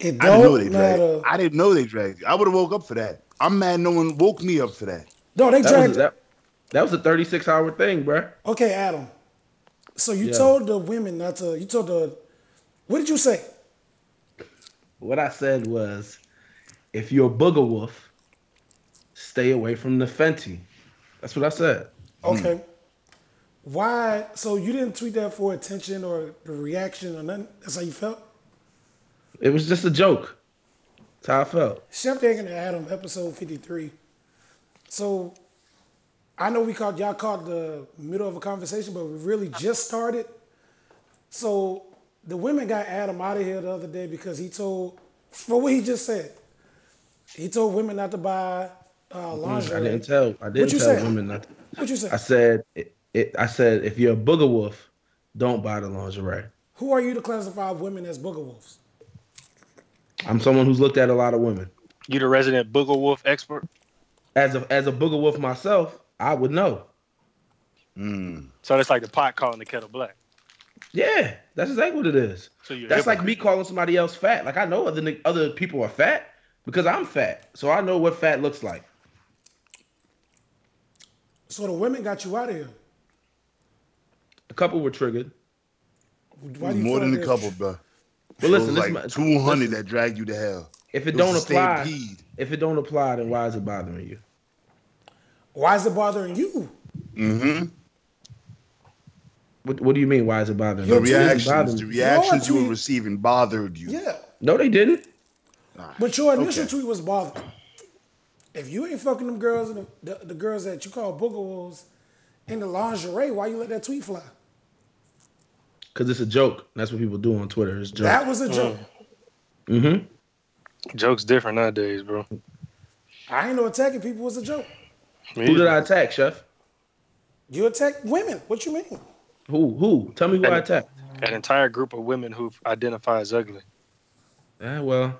It I didn't know don't they dragged. matter. I didn't know they dragged. I would have woke up for that. I'm mad no one woke me up for that. No, they That dragged. was, that, that was a 36 hour thing, bruh. Okay, Adam. So you Yeah. told the women not to. You told the. What did you say? What I said was, if you're a booger wolf, stay away from the Fenty. That's what I said. Okay. Why? So you didn't tweet that for attention or the reaction or nothing? That's how you felt? It was just a joke. That's how I felt. Chef Egg and Adam, episode 53. So I know we caught y'all caught the middle of a conversation, but we really just started. So the women got Adam out of here the other day because he told for what he just said. He told women not to buy uh, lingerie. Mm-hmm. I didn't tell. I didn't What you tell say? women nothing. What you say? I said. It, it, I said if you're a booger wolf, don't buy the lingerie. Who are you to classify women as booger wolves? I'm someone who's looked at a lot of women. You the resident booger wolf expert? As a as a booger wolf myself, I would know. Mm. So that's like the pot calling the kettle black. Yeah, that's exactly what it is. So you're a That's like hypocrite. me calling somebody else fat. Like I know other ni- other people are fat because I'm fat, so I know what fat looks like. So the women got you out of here. A couple were triggered, Why do you More feel than like that? a couple, bro. but listen, this like is my- 200 listen, that dragged you to hell. if it It was don't a apply, stampede. if it don't apply, then why is it bothering you? Why is it bothering you? What, what do you mean? Why is it bothering Your you? The It didn't bother reactions, me. the reactions you tweet- were receiving bothered you. Yeah. No, they didn't. But your initial Okay. tweet was bothering. If you ain't fucking them girls and the, the, the girls that you call booger wolves in the lingerie, why you let that tweet fly? Because it's a joke. That's what people do on Twitter. It's a joke. That was a joke. mm-hmm. Jokes different nowadays, bro. I ain't know attacking people was a joke. Me Who did either. I attack, Chef? You attack women. What you mean? Who? Who? Tell me who I attacked. An entire group of women who identify as ugly. Eh, well,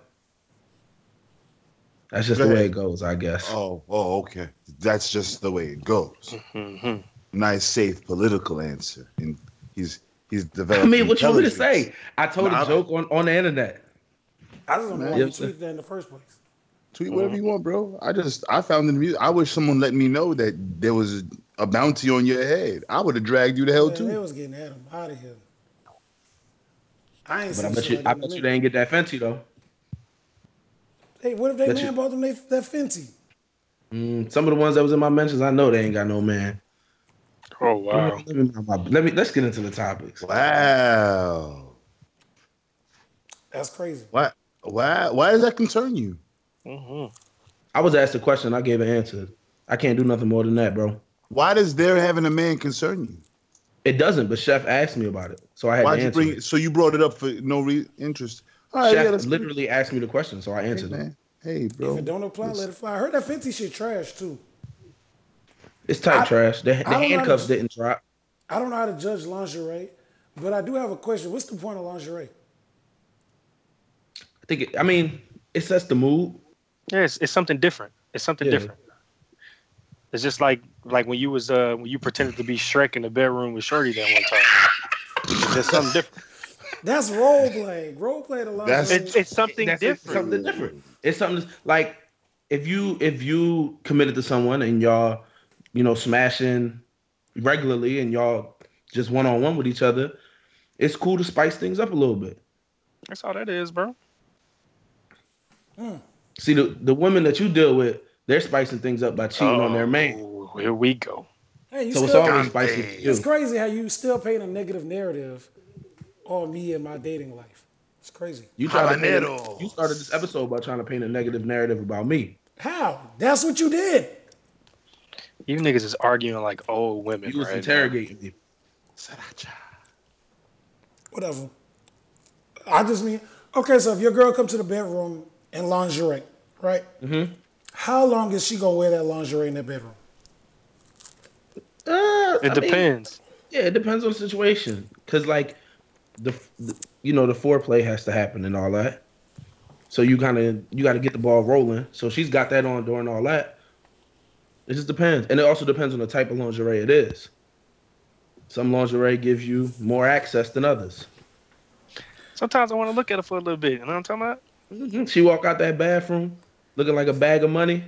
that's just Go the way ahead. it goes, I guess. Oh, oh, okay. That's just the way it goes. hmm Nice, safe political answer. And he's he's I developing. mean, what you want me to intelligence. say? I told Nah, a I- joke on, on the internet. I just don't know why you Yep. tweeted that in the first place. Tweet Uh-huh. whatever you want, bro. I just I found the music. I wish someone let me know that there was a bounty on your head. I would have dragged you to hell Man, they too. was getting at him out of here. I ain't But I seen bet shit you, like I that in a bet you minute. they ain't get that fancy though. Hey, what if they bet man you- bought them they, that Fenty? Mm, some of the ones that was in my mentions, I know they ain't got no man. Oh wow. Let me, let me let's get into the topics. Wow. That's crazy. Why why why does that concern you? hmm I was asked a question, I gave an answer. I can't do nothing more than that, bro. Why does their having a man concern you? It doesn't, but Chef asked me about it, so I had Why'd to you answer. bring it. so you brought it up for no re- interest? All right, Chef yeah, that's literally asked me the question, so I hey, answered it. man. Hey, bro. If it don't apply, let it fly. I heard that Fenty shit trash too. It's tight I- trash. The, the don't handcuffs under- didn't drop. I don't know how to judge lingerie, but I do have a question. What's the point of lingerie? I think. It, I mean, it sets the mood. Yeah, it's, it's something different. It's something Yeah. different. It's just like like when you was uh when you pretended to be Shrek in the bedroom with Shorty that one time. It's just something different. That's role play. Role play to lingerie. That's- It's, it's something That's it, different. something different. It's something that's- like if you if you committed to someone and y'all, you know, smashing regularly and y'all just one on one with each other, it's cool to spice things up a little bit. That's all that is, bro. Mm. See the the women that you deal with, they're spicing things up by cheating on their man. Oh, Here we go. hey, you So it's still, always spicy. for you. it's crazy how you still paint a negative narrative on me and my dating life. It's crazy. You try to paint a- Habanero. you started this episode by trying to paint a negative narrative about me. How? That's what you did. You niggas is arguing like old women. You was right interrogating me. Sriracha. Whatever. I just mean, okay, so if your girl comes to the bedroom in lingerie, right? Mm-hmm. How long is she gonna wear that lingerie in the bedroom? Uh, It I mean, depends. Yeah, it depends on the situation. Cause like the, the you know the foreplay has to happen and all that. So you kind of you got to get the ball rolling. So she's got that on during all that. It just depends, and it also depends on the type of lingerie it is. Some lingerie gives you more access than others. Sometimes I want to look at it for a little bit. You know what I'm talking about? Mhm. She walk out that bathroom looking like a bag of money.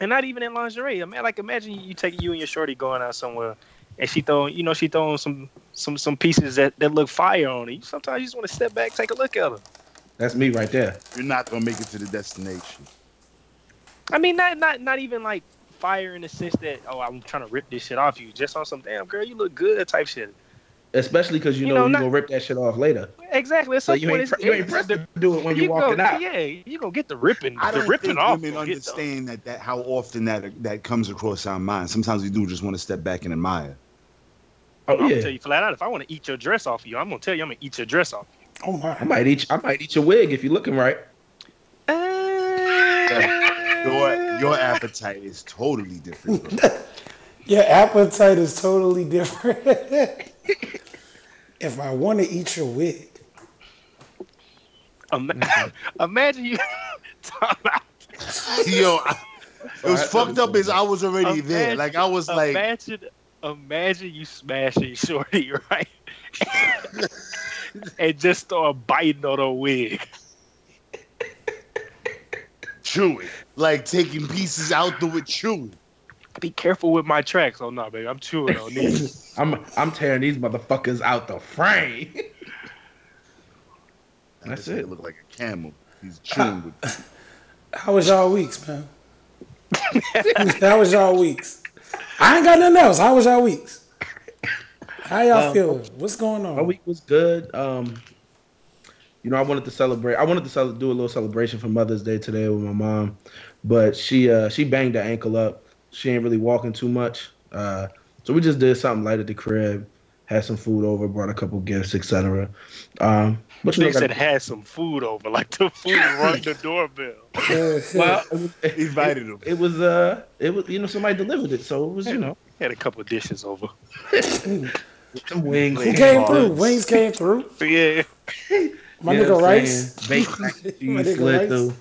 and not even in lingerie. I mean, like imagine you take you and your shorty going out somewhere, and she throwing, you know, she throwing some some some pieces that that look fire on it. You Sometimes you just want to step back, take a look at her. That's me right there. You're not gonna make it to the destination. I mean, not not not even like fire in the sense that oh, I'm trying to rip this shit off you, just on some damn girl, you look good type shit. Especially because you, You know, know, you not- gonna rip that shit off later. Exactly. At So some you point, ain't, it's- pre- you ain't pressed to do it when you're you walking go, out. Yeah, you gonna get the ripping. I the don't ripping think off. women gonna get the- understand that, that how often that that comes across our mind. Sometimes we do just want to step back and admire. Oh I'm gonna yeah. tell you flat out. If I want to eat your dress off you, I'm gonna tell you I'm gonna eat your dress off. Oh my. I might eat. I might eat your wig if you're looking right. Your your appetite is totally different. bro. Your appetite is totally different. if I want to eat your wig, Ima- Imagine you. Talking about- Yo, I, it was Alright, fucked up. Is I was already there. Imagine- Like I was like, imagine, imagine you smashing shorty right, and just start biting on her wig. chewing, like taking pieces out the with chewing. Be careful with my tracks. Oh no, baby, I'm chewing on these. I'm I'm tearing these motherfuckers out the frame. That's This nigga it. Look like a camel. He's chewing with. how was y'all weeks, man? how was y'all weeks? I ain't got nothing else. How was y'all weeks? How y'all Um, feeling? What's going on? My week was good. Um, you know, I wanted to celebrate. I wanted to cel- do a little celebration for Mother's Day today with my mom, but she uh she banged her ankle up. She ain't really walking too much. Uh, so we just did something light at the crib. Had some food over, brought a couple gifts, etc. Um, but you know, They said gotta- had some food over, like the food rung the doorbell. well, Invited him. it was uh, it was you know somebody delivered it, so it was you know Had a couple dishes over. some wings. Who came Wings. through? Wings came through. Yeah, My You know nigga what I'm Rice. saying? Baked mac and My cheese nigga slid Rice. through.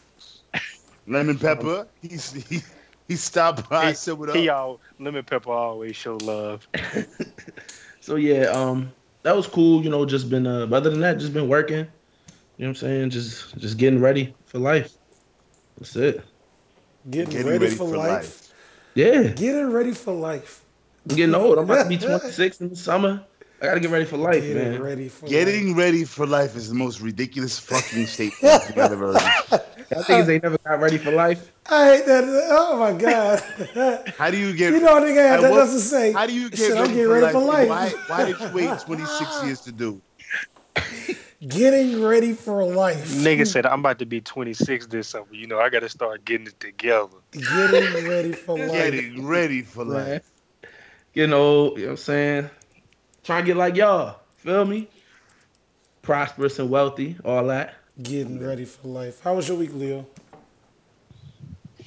Lemon pepper. He's he, he stopped by. He- and said what up. he all lemon pepper always show love. So yeah, um, that was cool. You know, just been uh, but other than that, just been working. You know what I'm saying? Just just getting ready for life. That's it. Getting, ready, for, life. Yeah, Getting ready for life. I'm getting old. I'm about to be 26 in the summer. I gotta get ready for life, Getting man. ready for life. Getting ready for life is the most ridiculous fucking statement I've ever heard. I think they never got ready for life. I hate that. Oh my god. How do you get? you know what nigga had At that what- doesn't say. how do you get Shit, ready, I'm getting for, ready life? for life. Why, why did you wait 26 years to do? Getting ready for life. Nigga said I'm about to be 26 this summer. You know I got to start getting it together. Getting ready for life. Getting ready for Man. life. Getting old. You know what I'm saying? Trying to get like y'all. Feel me? Prosperous and wealthy, all that. Getting ready for life. How was your week, Leo?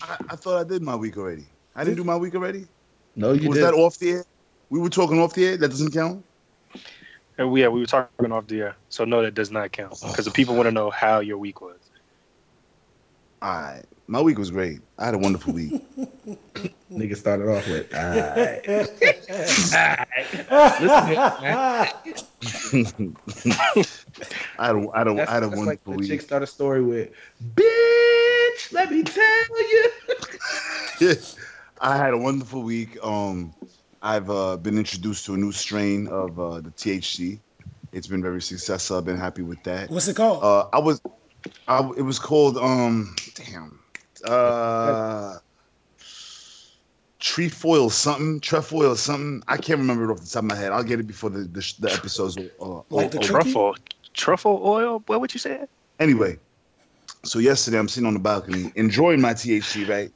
I, I thought I did my week already. I didn't do my week already. No, you was did. that off the air? We were talking off the air. That doesn't count. And we, yeah, we were talking off the air, so no, that does not count because the people want to know how your week was. All right. My week was great. I had a wonderful week. Nigga started off with. Ah. "Aight." I had a, I had a, That's, I had a that's like wonderful the chick week. start a story with, "Bitch, let me tell you." I had a wonderful week. Um, I've uh, been introduced to a new strain of uh, the THC. It's been very successful. I've been happy with that. What's it called? Uh, I was, I, it was called um, damn, uh, trefoil something, trefoil something. I can't remember it off the top of my head. I'll get it before the the, the episodes. Uh, Like the over. Tricky? Oh, Truffle, truffle oil. What would you say? Anyway, so yesterday I'm sitting on the balcony enjoying my THC, right?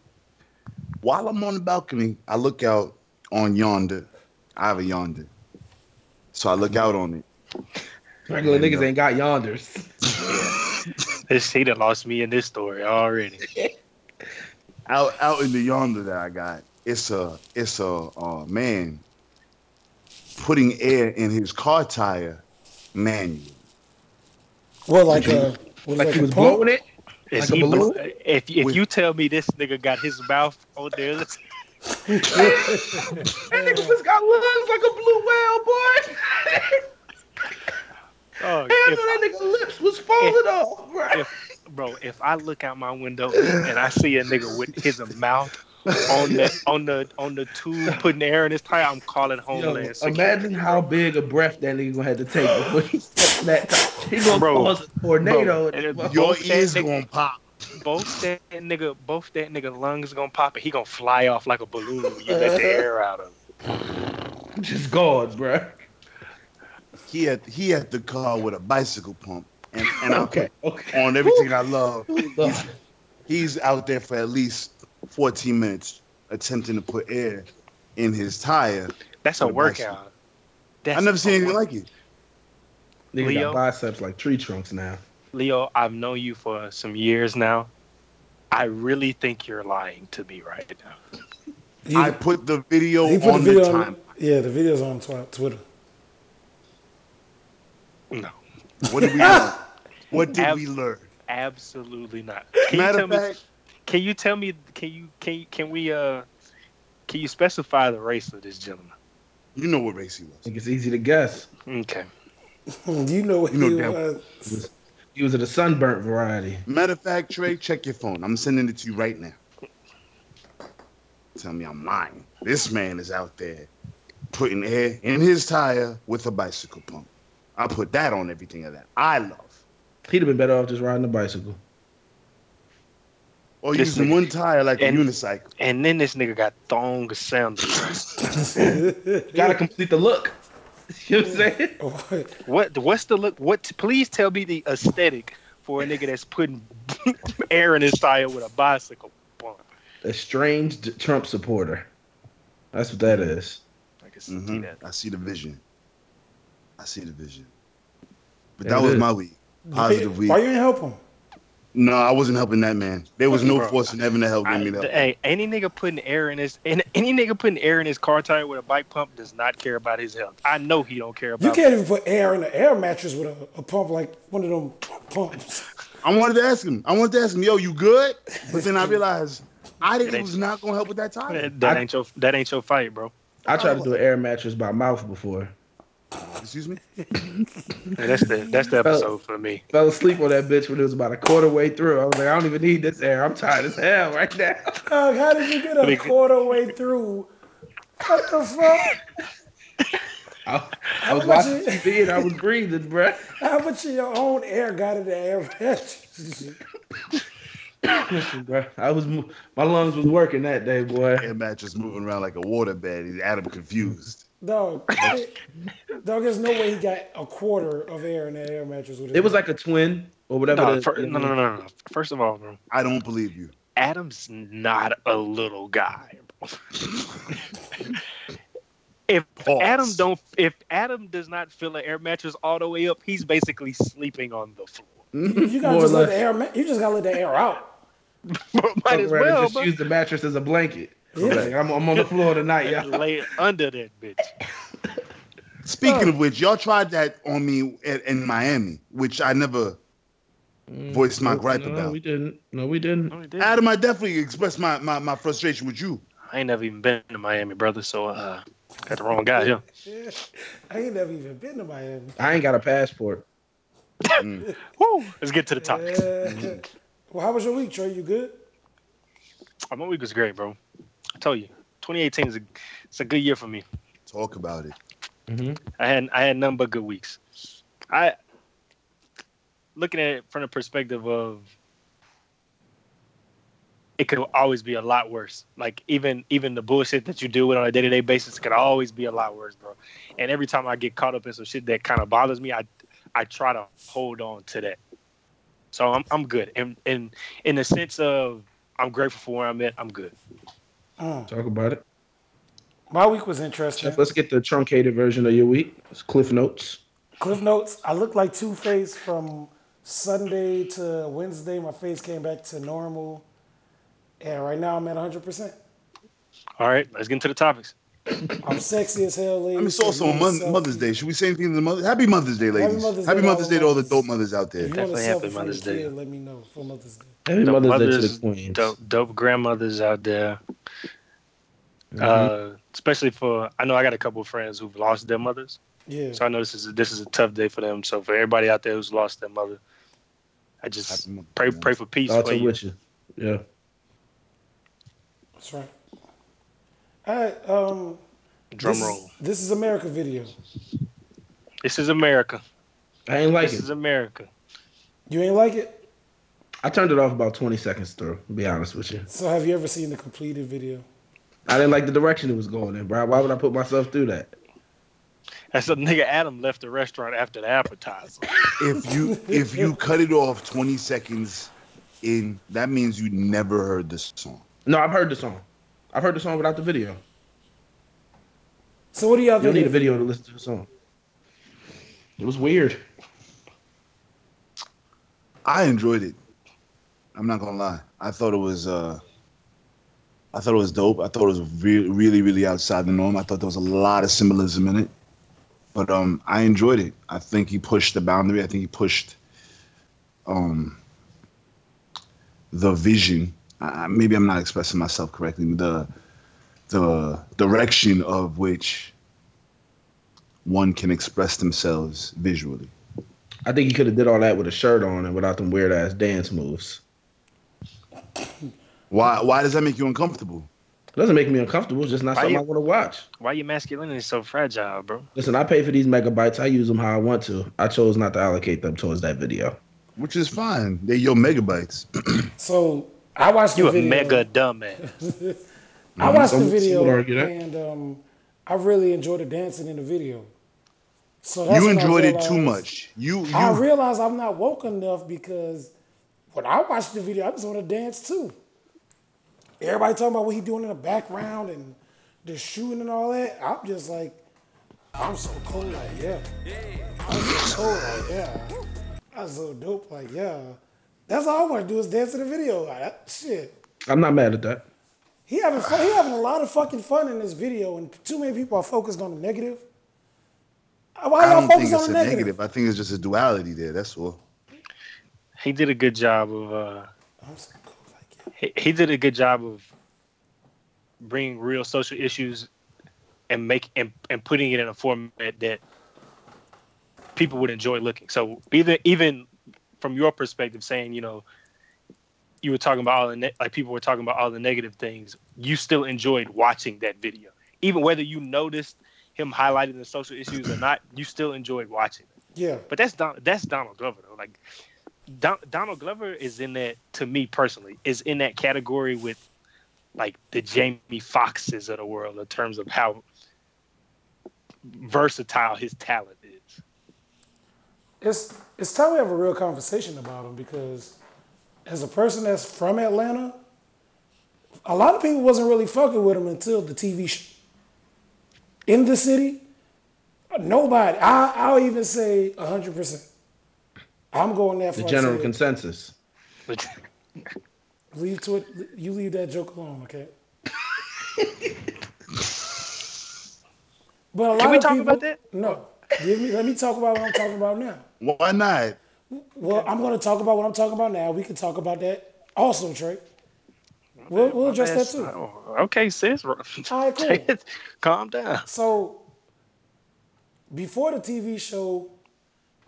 While I'm on the balcony, I look out on yonder. I have a yonder. So I look out on it. Regular Yeah, niggas no. ain't got yonders. This he done lost me in this story already. Out out in the yonder that I got, it's a it's a uh, man putting air in his car tire manually. well, like uh, was Like he a was pump? blowing it. Is Like a he balloon? blo- if if With- you tell me this nigga got his mouth on there, let's- That nigga just got lungs like a blue whale, boy. oh, Hands if, oh, on that nigga lips was falling off, bro. if, bro, if I look out my window and I see a nigga with his mouth on the on the on the tube putting air in his tire, I'm calling Yo, homeland. Security. imagine how big a breath that nigga gonna have to take before he steps that top. He gonna Bro. cause a tornado. Bro. And it- Your Both ears that- gonna pop. both that nigga, both that nigga lungs gonna pop and he gonna fly off like a balloon when you let the air out of him. just gone, bro. He had he had the car with a bicycle pump, and and I'm Okay, okay. on everything I love. Who the- He's out there for at least 14 minutes attempting to put air in his tire. That's a What a bicycle. workout. That's I've never a seen anything like it. Nigga Leo? got biceps like tree trunks now. Leo, I've known you for some years now. I really think you're lying to me right now. You- I put the video he put the on video the on. time. Yeah, the video's on twi- Twitter. No, What did we learn? What did Ab- we learn? absolutely not. Can you Matter tell of me? fact, Can you tell me? Can you? Can can we? Uh, can you specify the race of this gentleman? you know what race he was. think it's easy to guess. Okay. You know what You know you, damn- uh, He was, he was of the sunburnt variety. Matter of fact, Trey, check your phone. I'm sending it to you right now. Tell me I'm lying. This man is out there putting air in his tire with a bicycle pump. I put that on everything of that I love. He'd have been better off just riding a bicycle. Or This using nigga- one tire like and- a unicycle. And then this nigga got thong sandals. Gotta complete the look. You know what I'm saying? Oh, What? What's the look? What? Please tell me the aesthetic for a nigga that's putting air in his tire with a bicycle pump. A strange d- Trump supporter. That's what that is. I can see Mhm. that. I see the vision. I see the vision. But There that it was is. my week. Positive week. Why you ain't help him? No, I wasn't helping that man. There was no Bro, force in heaven to help I- give me that. hey, any nigga putting air in his and any nigga putting air in his car tire with a bike pump does not care about his health. I know he don't care You about. can't even put air in an air mattress with a, a pump like one of them pumps. I wanted to ask him. I wanted to ask him, yo, you good? But then I realized I didn't It ain't- was not gonna help with that tire. That, that ain't your that ain't your fight, bro. I tried to do an air mattress by mouth before. Excuse me? That's the that's the episode for me. Fell asleep on that bitch when it was about a quarter way through. I was like, I don't even need this air. I'm tired as hell right now. Dog, how did you get a Nigga. quarter way through? What the fuck? I, I was much watching it- TV and I was breathing, bruh. How much of your own air got in the air mattress? Listen, bruh, I was mo- my lungs was working that day, boy. Air mattress moving around like a water bed. He's Adam confused. Dog, dog, there's no way he got a quarter of air in that air mattress. With his- It was like a twin or whatever. No, the- fir- no, no, no, no. First of all, bro, I don't believe you. Adam's not a little guy. Bro. if Pause. Adam don't, if Adam does not fill an air mattress all the way up, he's basically sleeping on the floor. you, you gotta more or just let less. the air. ma- You just gotta let the air out. Bro, Might Fuck around and as well, just bro. use the mattress as a blanket. I'm Yeah. like, I'm, I'm on the floor tonight, y'all. Lay under that bitch. Speaking of which, y'all tried that on me at, in Miami, which I never voiced my gripe Mm, no, about. we didn't. No, we didn't. Adam, Adam, I definitely expressed my, my, my frustration with you. I ain't never even been to Miami, brother. So uh, got the wrong guy here. Yeah. I ain't never even been to Miami. I ain't got a passport. Woo, let's get to the topic. Yeah. well, how was your week, Trey? You good? My week was great, bro. I told you, 2018 is a, it's a good year for me. Talk about it. Mm-hmm. I had I had none but good weeks. I looking at it from the perspective of it could always be a lot worse. Like even even the bullshit that you deal with on a day to day basis could always be a lot worse, bro. And every time I get caught up in some shit that kind of bothers me, I I try to hold on to that. So I'm I'm good. And and in the sense of I'm grateful for where I'm at, I'm good. Mm. Talk about it. My week was interesting. Jeff, let's get the truncated version of your week. It's Cliff Notes. Cliff notes. I looked like Two Face from Sunday to Wednesday. My face came back to normal, and right now I'm at 100. percent All right, let's get into the topics. I'm sexy as hell, ladies. I mean, it's also If you want Mon- a Mother's selfie- Day. Should we say anything to the mother? Happy Mother's Day, ladies. Happy Mother's Day, to all the dope mothers out If you there. want a Definitely happy selfie for Mother's your Day. kid, let me know for Mother's Day. Happy The Mother's Day to the mothers- Queens. Dope dope grandmothers out there. Mhm. uh, especially for I know I got a couple of friends who've lost their mothers, Yeah. so I know this is this is a tough day for them. So for everybody out there who's lost their mother, I just Happy Monday, pray man. pray for peace Thoughts for are you. with you. Yeah. That's right. All right. Um, Drum this, roll. This is America video. This is America. I ain't like this is it. America. You ain't like it? I turned it off about 20 seconds through, to be honest with you. So have you ever seen the completed video? I didn't like the direction it was going in, bro. Why would I put myself through that? That's a nigga Adam left the restaurant after the appetizer. If you if you cut it off 20 seconds in, that means you never heard this song. No, I've heard the song. I've heard the song without the video. So what do y'all You think? don't need a of- video to listen to the song. It was weird. I enjoyed it. I'm not gonna lie. I thought it was uh I thought it was dope. I thought it was re- really, really outside the norm. I thought there was a lot of symbolism in it. But um I enjoyed it. I think he pushed the boundary. I think he pushed um the vision. I, I- maybe I'm not expressing myself correctly. The the direction of which one can express themselves visually. I think he could have did all that with a shirt on and without them weird ass dance moves. Why why does that make you uncomfortable? It doesn't make me uncomfortable. It's just not Why something you- I want to watch. Why your masculinity so fragile, bro? Listen, I pay for these megabytes. I use them how I want to. I chose not to allocate them towards that video. Which is fine. They're your megabytes. So I watched the You a video. mega dumbass. I watched the Some- some video would argue that. and um, I really enjoyed the dancing in the video. So that's You when I enjoyed it too realized- much. You you I realize I'm not woke enough because when I watched the video, I just want to dance too. Everybody talking about what he doing in the background and the shooting and all that. I'm just like, I'm so cool, like yeah. I'm so cool, like yeah. I'm so dope, like yeah. That's all I want to do is dance in the video. Like, that- shit. I'm not mad at that. He having fun, he having a lot of fucking fun in this video, and too many people are focused on the negative. Why I y'all don't think focused on it's the a negative? negative. I think it's just a duality there. That's all. He did a good job of uh I'm so cool, like yeah. he, he did a good job of bringing real social issues and make and, and putting it in a format that people would enjoy looking. So even even from your perspective, saying you know you were talking about all the ne- like people were talking about all the negative things, you still enjoyed watching that video, even whether you noticed him highlighting the social issues or not. You still enjoyed watching. it. Yeah, But that's Don, that's Donald Glover though. Like Don, Donald Glover is in that to me personally is in that category with like the Jamie Foxes of the world in terms of how versatile his talent is. it's it's time we have a real conversation about him because as a person that's from Atlanta, a lot of people wasn't really fucking with him until the TV show. In the city, nobody. I I'll even say hundred percent. I'm going that far. The Oh, to general say- consensus. But Leave to it. You leave that joke alone, okay? but a lot Can we of talk people, about that? No. Give me. Let me talk about what I'm talking about now. Why not? Well, I'm going to talk about what I'm talking about now. We can talk about that also, Trey. We'll, we'll address that too. All Oh, okay, sis. right, cool. Calm down. So, before the TV show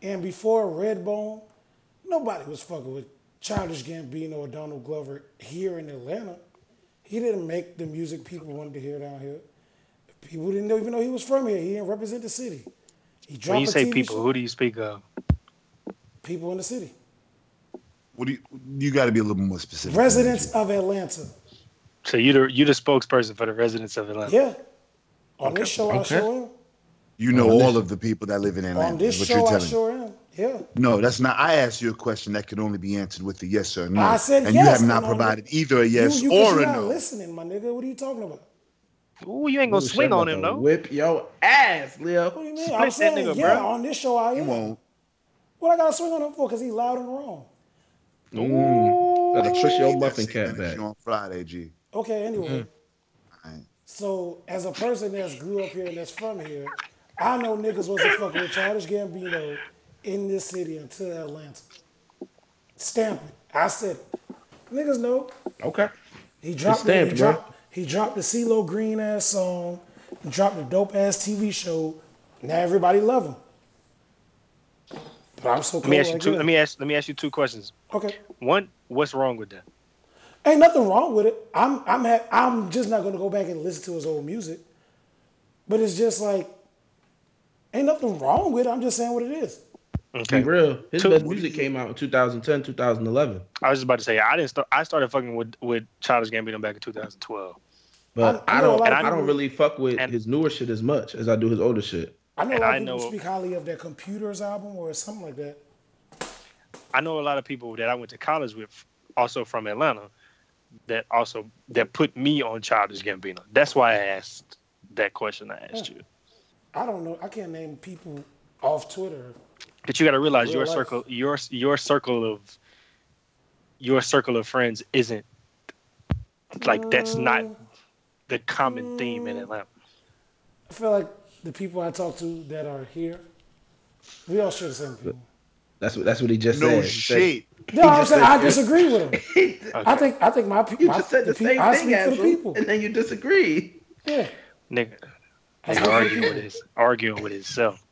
and before Redbone, nobody was fucking with Childish Gambino or Donald Glover here in Atlanta. He didn't make the music people wanted to hear down here. People didn't even know he was from here. He didn't represent the city. He dropped When you a say TV people, show- who do you speak of? people in the city, What do you you got to be a little more specific? than residents of Atlanta. So you the you the spokesperson for the residents of Atlanta. Yeah, on this show I Okay. sure am. that. You know On this- all of the people that live in Atlanta. On this is what show you're I telling. me. sure am. Yeah. No, that's not. I asked you a question that could only be answered with a yes or a no. I said and yes, you have not and on provided the- either a yes you, you, 'cause or a you're not no. listening, my nigga. What are you talking about? Ooh, you ain't gonna Ooh, shit, swing I'm on about him to though. Whip your ass, What do Leo. you mean? Split I'm that saying, nigga, yeah, bro. on this show I You am. won't. What I gotta swing on him for? Cause he loud and wrong. Gotta push your Ain't that muffin same cat energy back. on Friday, G. Okay, anyway. Alright. So as a person that's grew up here and that's from here, I know niggas wasn't fucking with Childish Gambino in this city until Atlanta. Stamp it. I said it. Niggas know. Okay. He dropped the, stamped, he bro. dropped he dropped the CeeLo Green ass song, he dropped the dope ass TV show. Now everybody love him. But I'm so Let cool. me ask you like two. that. Let me ask. Let me ask you two questions. okay. One, what's wrong with that? Ain't nothing wrong with it. I'm I'm ha- I'm just not gonna go back and listen to his old music. But it's just like ain't nothing wrong with it. I'm just saying what it is. Be Okay. real. His Two- best music came out in 2010, 2011. I was just about to say I didn't start. I started fucking with with Childish Gambino back in 2012. But I- I I, know a don't, lot of I people- don't really fuck with and- his newer shit as much as I do his older shit. I know a And lot I of people know- speak highly of their computers album or something like that. I know a lot of people that I went to college with, also from Atlanta, that also that put me on Childish Gambino. That's why I asked that question I asked you. I don't know. I can't name people off Twitter. But you got to realize Real your life. circle, your your circle of your circle of friends isn't like that's not Mm. the common theme in Atlanta. I feel like the people I talk to that are here, we all share the same people. That's what that's what he just No said. shit. No, I'm just saying said- I disagree with him. I think I think my people. You just said the same I thing speak as for the people. him, and then you disagree. Yeah, Nigga, I speak for nigga the arguing people. with his arguing with himself.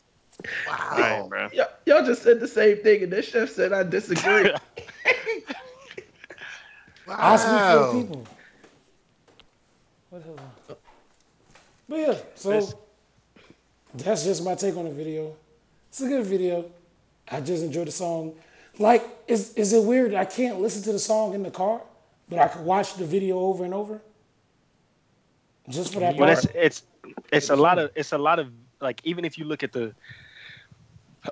All Wow. right, bro. Y'all, y'all just said the same thing, and this chef said I disagree. I speak for the Wow. people. What the hell? But yeah, so That's- that's just my take on the video. It's a good video. I just enjoyed the song. Like, is is it weird? I can't listen to the song in the car, but I can watch the video over and over. Just for that Well, part. that's it's it's a lot of it's a lot of like even if you look at the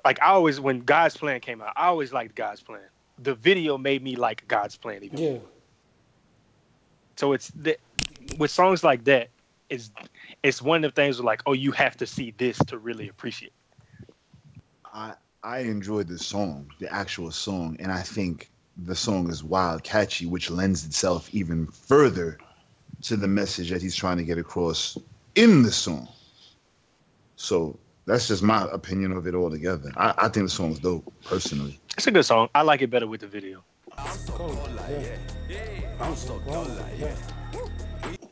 like I always when God's Plan came out, I always liked God's Plan. The video made me like God's Plan even. more. Yeah. So it's the, with songs like that, it's it's one of the things where like oh you have to see this to really appreciate. I I enjoyed the song, the actual song, and I think the song is wild, catchy, which lends itself even further to the message that he's trying to get across in the song. So that's just my opinion of it altogether. I, I think the song's dope, personally. It's a good song. I like it better with the video. Cool. Yeah. I'm so dumb like that.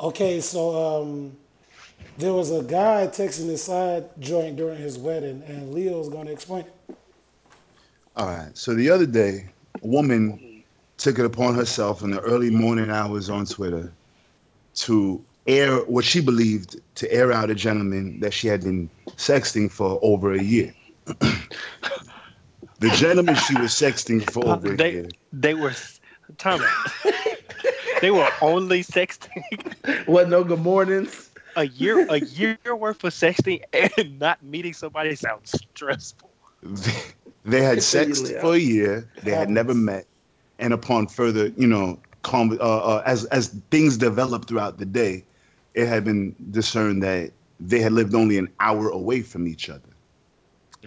Okay, so um, there was a guy texting his side joint during his wedding, and Leo's gonna explain. it. All right. So the other day, a woman took it upon herself in the early morning hours on Twitter to air what she believed to air out a gentleman that she had been sexting for over a year. the gentleman she was sexting for over a Uh, They year. they were time out. they were only sexting what no good mornings. a year a year worth of sexting and not meeting somebody sounds stressful. They had Continue, sex Leo. for a year. They had never met, and upon further, you know, con- uh, uh, as as things developed throughout the day, it had been discerned that they had lived only an hour away from each other.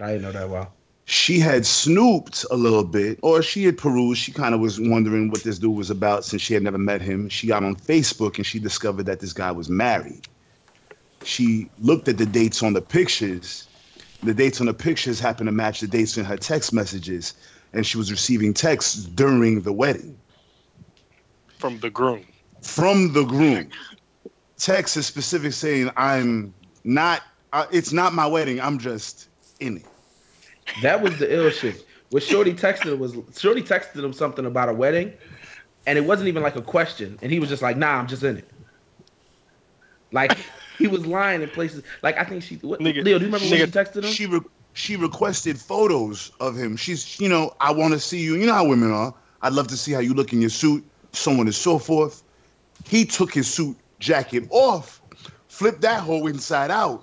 I didn't know that well. she had snooped a little bit, or she had perused. She kind of was wondering what this dude was about since she had never met him. She got on Facebook and she discovered that this guy was married. She looked at the dates on the pictures. The dates on the pictures happened to match the dates in her text messages, and she was receiving texts during the wedding From the groom. from the groom. Text is specific saying, I'm not, uh, it's not my wedding, I'm just in it. That was the ill shit. What Shorty texted was Shorty texted him something about a wedding, and it wasn't even like a question, and he was just like, "Nah, I'm just in it." Like he was lying in places. Like I think she. What, Nigga, Leo, do you remember when she nigga, texted him? she re- she requested photos of him. She's you know I want to see you. You know how women are. I'd love to see how you look in your suit, so on and so forth. He took his suit jacket off, flipped that hole inside out,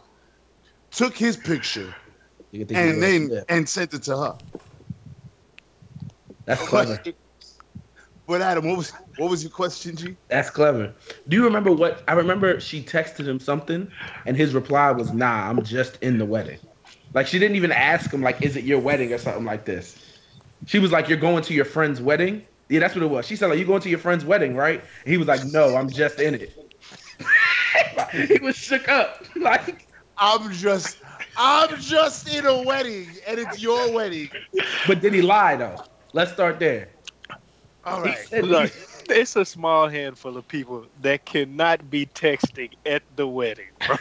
took his picture, You can think and of- then yeah, and sent it to her. that's clever. But Adam, what was what was your question, G? That's clever. Do you remember what? I remember she texted him something, and his reply was, "Nah, I'm just in the wedding." Like she didn't even ask him, like, "Is it your wedding?" or something like this. She was like, "You're going to your friend's wedding." Yeah, that's what it was. She said, "Like, you're going to your friend's wedding, right?" And he was like, "No, I'm just in it." he was shook up. Like, I'm just I'm just in a wedding, and it's your wedding. but did he lie though? Let's start there. All He right. said- Look, it's a small handful of people that cannot be texting at the wedding, bro.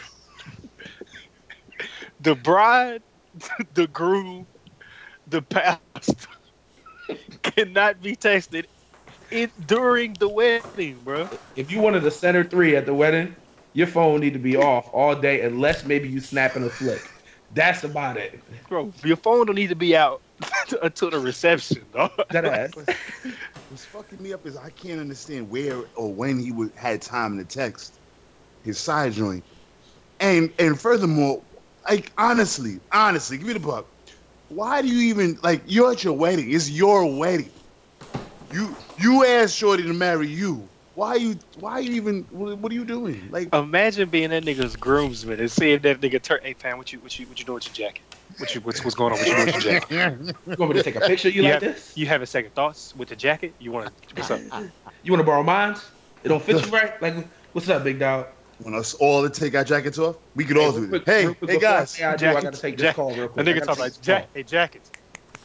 the bride, the groove, the past cannot be tested in, during the wedding, bro. If you wanted a center three at the wedding, your phone need to be off all day unless maybe you snapping a flick. That's about it. Bro, your phone don't need to be out until the reception, dog. That ass. What's fucking me up is I can't understand where or when he would had time to text his side joint, and and furthermore, like honestly, honestly, give me the buck. Why do you even like? You're at your wedding. It's your wedding. You you asked Shorty to marry you. Why you why you even what, what are you doing? Like Imagine being that nigga's groomsman and seeing that nigga turn. Hey, fam, what you what you what you doing with your jacket? What you what's, what's going on with you doing with your jacket? You want me to take a picture of you Yeah. like this? You having second thoughts with the jacket? You want to? What's up? You want to borrow mine? It don't fit you right? Like, what's up, big dog? want us all to take our jackets off? We could all real do it. quick- Hey real quick hey before I guys, say I do, I Jackets, gotta take this jack- call real That quick. I nigga gotta talking take about this ja- call. hey, jackets.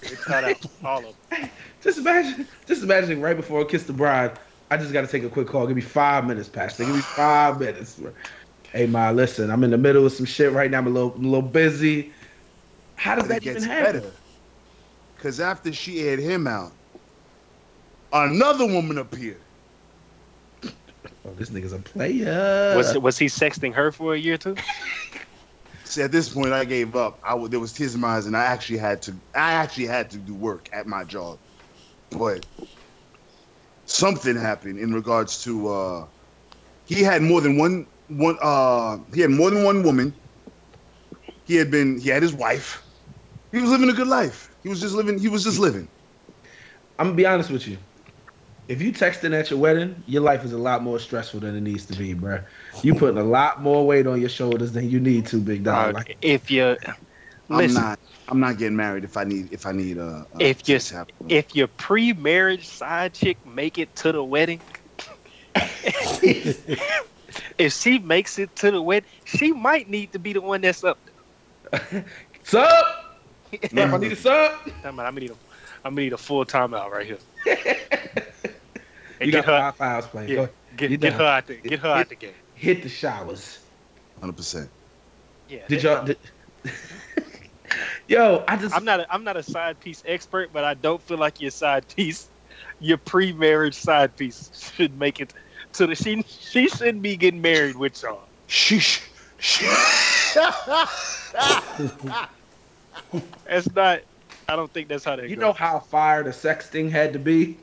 It's not out. All of them. Just imagine, just imagine right before I kiss the bride, I just gotta take a quick call. Give me five minutes, Pastor. Give me five minutes. Hey, Ma, listen, I'm in the middle of some shit right now. I'm a little, I'm a little busy. How does but it that even gets happen? better. Cause after she had him out, another woman appeared. Oh, this nigga's a player. Was was he sexting her for a year too? See, at this point, I gave up. I w- there was tears in my eyes, and I actually had to. I actually had to do work at my job, but something happened in regards to. Uh, he had more than one one. Uh, he had more than one woman. He had been. He had his wife. He was living a good life. He was just living. He was just living. I'm gonna be honest with you. If you texting at your wedding, your life is a lot more stressful than it needs to be, bruh. You putting a lot more weight on your shoulders than you need to, big dog. Uh, Like, if you listen, I'm not. I'm not getting married if I need. If I need. Uh, uh, If you- to happen. if your pre-marriage side chick make it to the wedding, if she makes it to the wedding, she might need to be the one that's up. Sup? If I need a sub, I'm gonna need a, I'm gonna need a full timeout right here. And you got get her, five files playing. yeah. Go ahead. you get, get done. her out the, get her out the game. Hit the showers. 100%. Yeah. Did they- y'all? Did... Yo, I just I'm not. A, I'm not a side piece expert, but I don't feel like your side piece, your pre-marriage side piece, should make it to the. She she shouldn't be getting married with y'all. Sheesh. Sheesh. That's not. I don't think that's how they. You go. know how fire the sex thing had to be.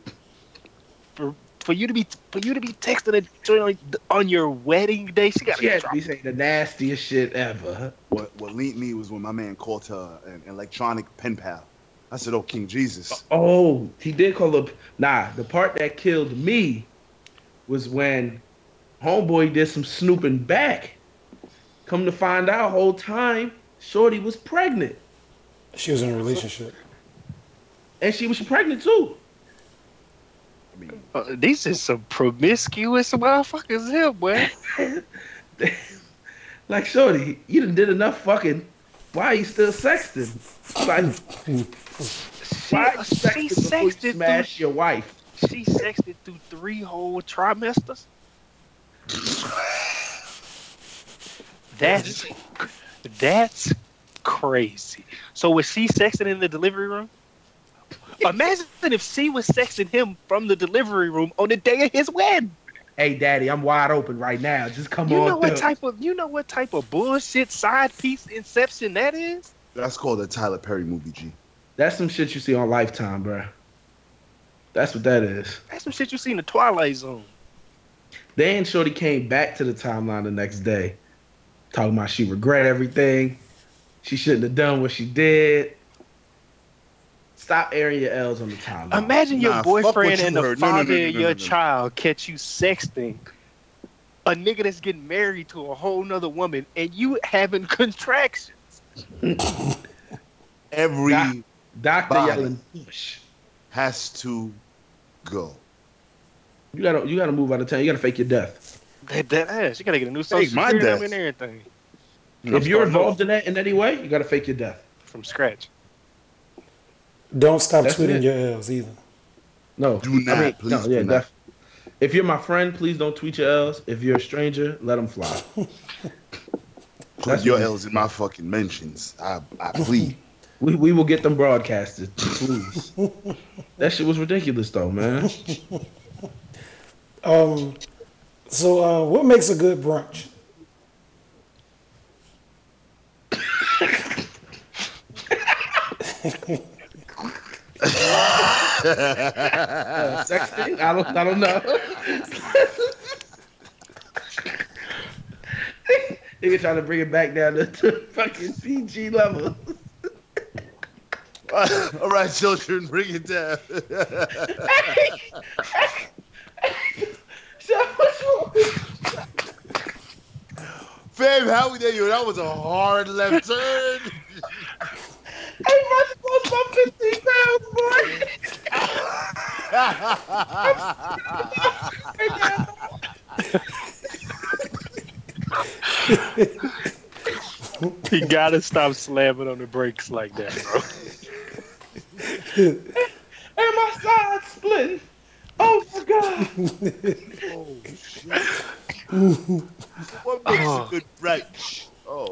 for for you to be for you to be texting a joint on, on your wedding day, she gotta She had to drop. be saying the nastiest shit ever. What what linked me was when my man called her an electronic pen pal. I said, "Oh, King Jesus." Oh, he did call up. Nah, the part that killed me was when homeboy did some snooping back. Come to find out, whole time Shorty was pregnant, She was in a relationship. and she was pregnant too. I mean, Uh, these is some promiscuous motherfuckers here, boy. Like Shorty, you done did enough fucking. Why are you still sexting? Like, why you she sexting before you sexted through- smash your wife? She sexted through three whole trimesters. That's that's crazy. So was she sexting in the delivery room? Imagine if she was sexting him from the delivery room on the day of his wedding. Hey, daddy, I'm wide open right now. Just come You on know what through. type of you know what type of bullshit side piece inception that is? that's called a Tyler Perry movie. G. That's some shit you see on Lifetime, bruh. That's what that is. That's some shit you see in the Twilight Zone. Then Shorty came back to the timeline the next day, talking about she regret everything. She shouldn't have done what she did. Stop airing your L's on the timeline. Imagine Nah, your fuck what boyfriend you and the heard. No, no, no, father no, of no, no, your no. child catch you sexting a nigga that's getting married to a whole nother woman and you having contractions. Every Nah. Doctor Bye. yelling, push. has to go. You gotta, you gotta move out of town. You gotta fake your death. That, that ass. You gotta get a new social Take my security death. number and everything if you're involved in that in any way, you gotta fake your death. from scratch. Don't stop That's tweeting it. your L's either. No, Do not, please do not. def- If you're my friend, please don't tweet your L's. If you're a stranger, let them fly. Put That's your what- L's in my fucking mentions. I, I plead. We, we will get them broadcasted, please. that shit was ridiculous, though, man. Um, so uh, what makes a good brunch? Uh, sex thing? I don't, I don't know. Nigga trying to bring it back down to, to fucking PG level. All right, children, bring it down. So what's wrong with- Fam, how we there you? That was a hard left turn. Hey, bro, she lost my 15 pounds, boy. You gotta stop slamming on the brakes like that, bro. And my sides splitting. Oh my god. oh, shit. what makes a good brunch? Oh,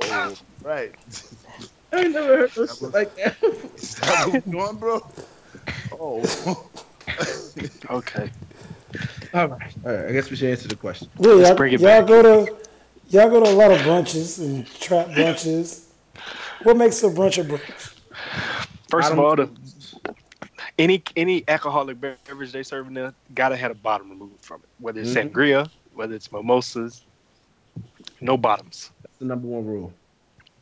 right. I ain't never heard no shit like that. Is that what we want, bro? Oh, Okay. All right, all right. I guess we should answer the question. Yeah, Let's y'all, bring it y'all go to y'all go to a lot of brunches and trap brunches. What makes a brunch a brunch? First of Bottom- all, the, any any alcoholic beverage they serve in there gotta have a bottom removed from it. Whether it's Mhm. sangria, whether it's mimosas, no bottoms. That's the number one rule.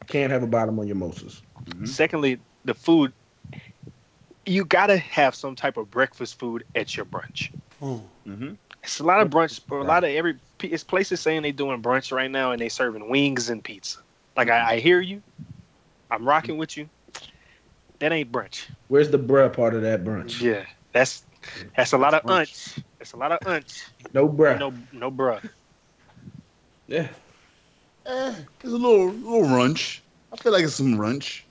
Can't have a bottom on your mimosas. Secondly, the food. You gotta have some type of breakfast food at your brunch. Mm. It's a lot of brunch, or a lot of every. It's places saying they doing brunch right now, and they serving wings and pizza. Like I, I hear you, I'm rocking with you. That ain't brunch. Where's the bruh part of that brunch? Yeah, that's that's a lot of unch. That's a lot of unch. No bruh. No, no, bruh. Yeah. eh, it's a little, little runch. I feel like it's some runch.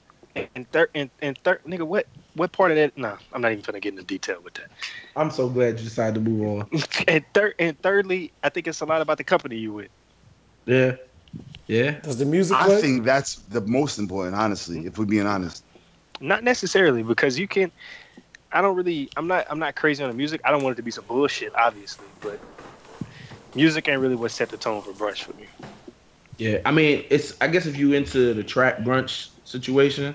And third, and, and third, nigga, what what part of that? Nah, I'm not even gonna get into detail with that. I'm so glad you decided to move on. And third, and thirdly, I think it's a lot about the company you with. Yeah. Yeah. Does the music I play? think that's the most important, honestly, if we're being honest. Not necessarily because you can. I don't really. I'm not. I'm not crazy on the music. I don't want it to be some bullshit, obviously. But music ain't really what set the tone for brunch for me. Yeah. I mean, it's. I guess if you into the trap brunch situation,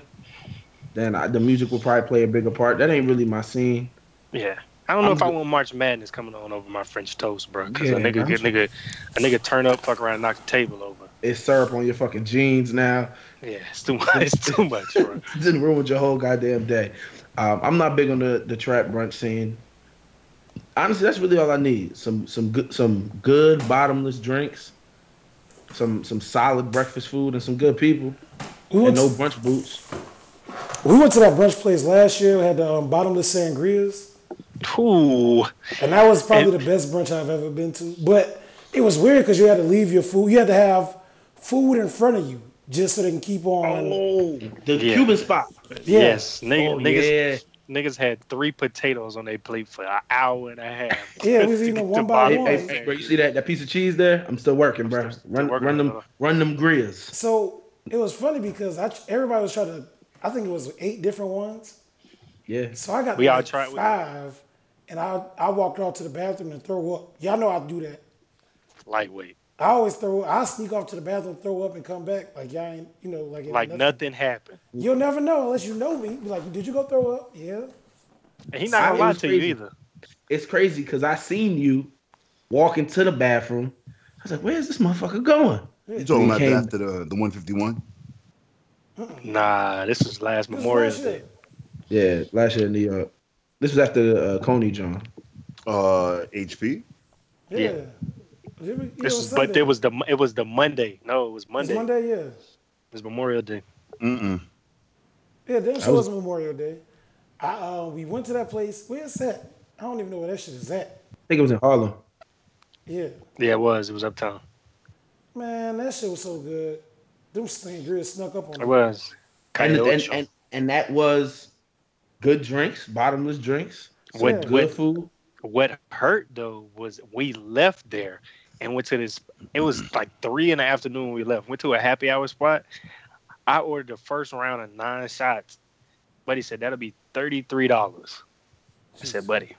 then I, the music will probably play a bigger part. That ain't really my scene. Yeah. I don't know I'm if I good. want March Madness coming on over my French toast, bro. Because Yeah, a nigga, I'm- get nigga, a nigga turn up, fuck around, and knock the table over. It's syrup on your fucking jeans now. Yeah, it's too much. It's too much, bro. didn't ruin your whole goddamn day. Um, I'm not big on the, the trap brunch scene. Honestly, that's really all I need. Some some good some good bottomless drinks, some some solid breakfast food, and some good people, we, and went no to, brunch boots. we went to that brunch place last year. We had the um, bottomless sangrias, Ooh, and that was probably the best brunch I've ever been to. But it was weird because you had to leave your food. You had to have food in front of you just so they can keep on. Oh, the Yeah. Cuban spot. yes, nigga, oh, niggas, yeah. niggas had three potatoes on their plate for an hour and a half. Yeah, we was To eating get it to one by bottom one. of Hey, the hey, sandwich. bro, you see that, that piece of cheese there? I'm still working, bro. still- still Run, working, run them, brother. run them grills. So it was funny because I everybody was trying to. I think it was eight different ones. Yeah, So I got We all like tried with- five, and I I walked off to the bathroom and throw up. Y'all know I do that. lightweight, I always throw. I sneak off to the bathroom, throw up, and come back like y'all ain't you know like ain't like nothing happened. You'll never know unless you know me. Be like, did you go throw up? Yeah. And he not gonna It lie was to you crazy. either. it's crazy because I seen you walking to the bathroom. I was like, "Where's this motherfucker going?" You talking about came- that after the, the 151? Nah, this is last This Memorial bullshit. Day. Yeah, last year in New York. This was after uh, Coney John. Uh, HP? Yeah. Yeah. Did we- yeah, it This was is, but Sunday. it was the it was the Monday. No, it was It was Monday. It Monday. Yeah. was Memorial Day. Mm-mm. Yeah. Then it I was- was Memorial Day. I uh, we went to that place. Where's that? I don't even know where that shit is at. I think it was in Harlem. Yeah. Yeah, it was. It was uptown. Man, that shit was so good. Them sangria snuck up on me. It was. And, Calle and, Ocho. and and that was good drinks, bottomless drinks, what Yeah. good what food. what hurt though was we left there and went to this. It was like three in the afternoon when we left. Went to a happy hour spot. I ordered the first round of nine shots. Buddy said that'll be thirty three dollars. I said, buddy.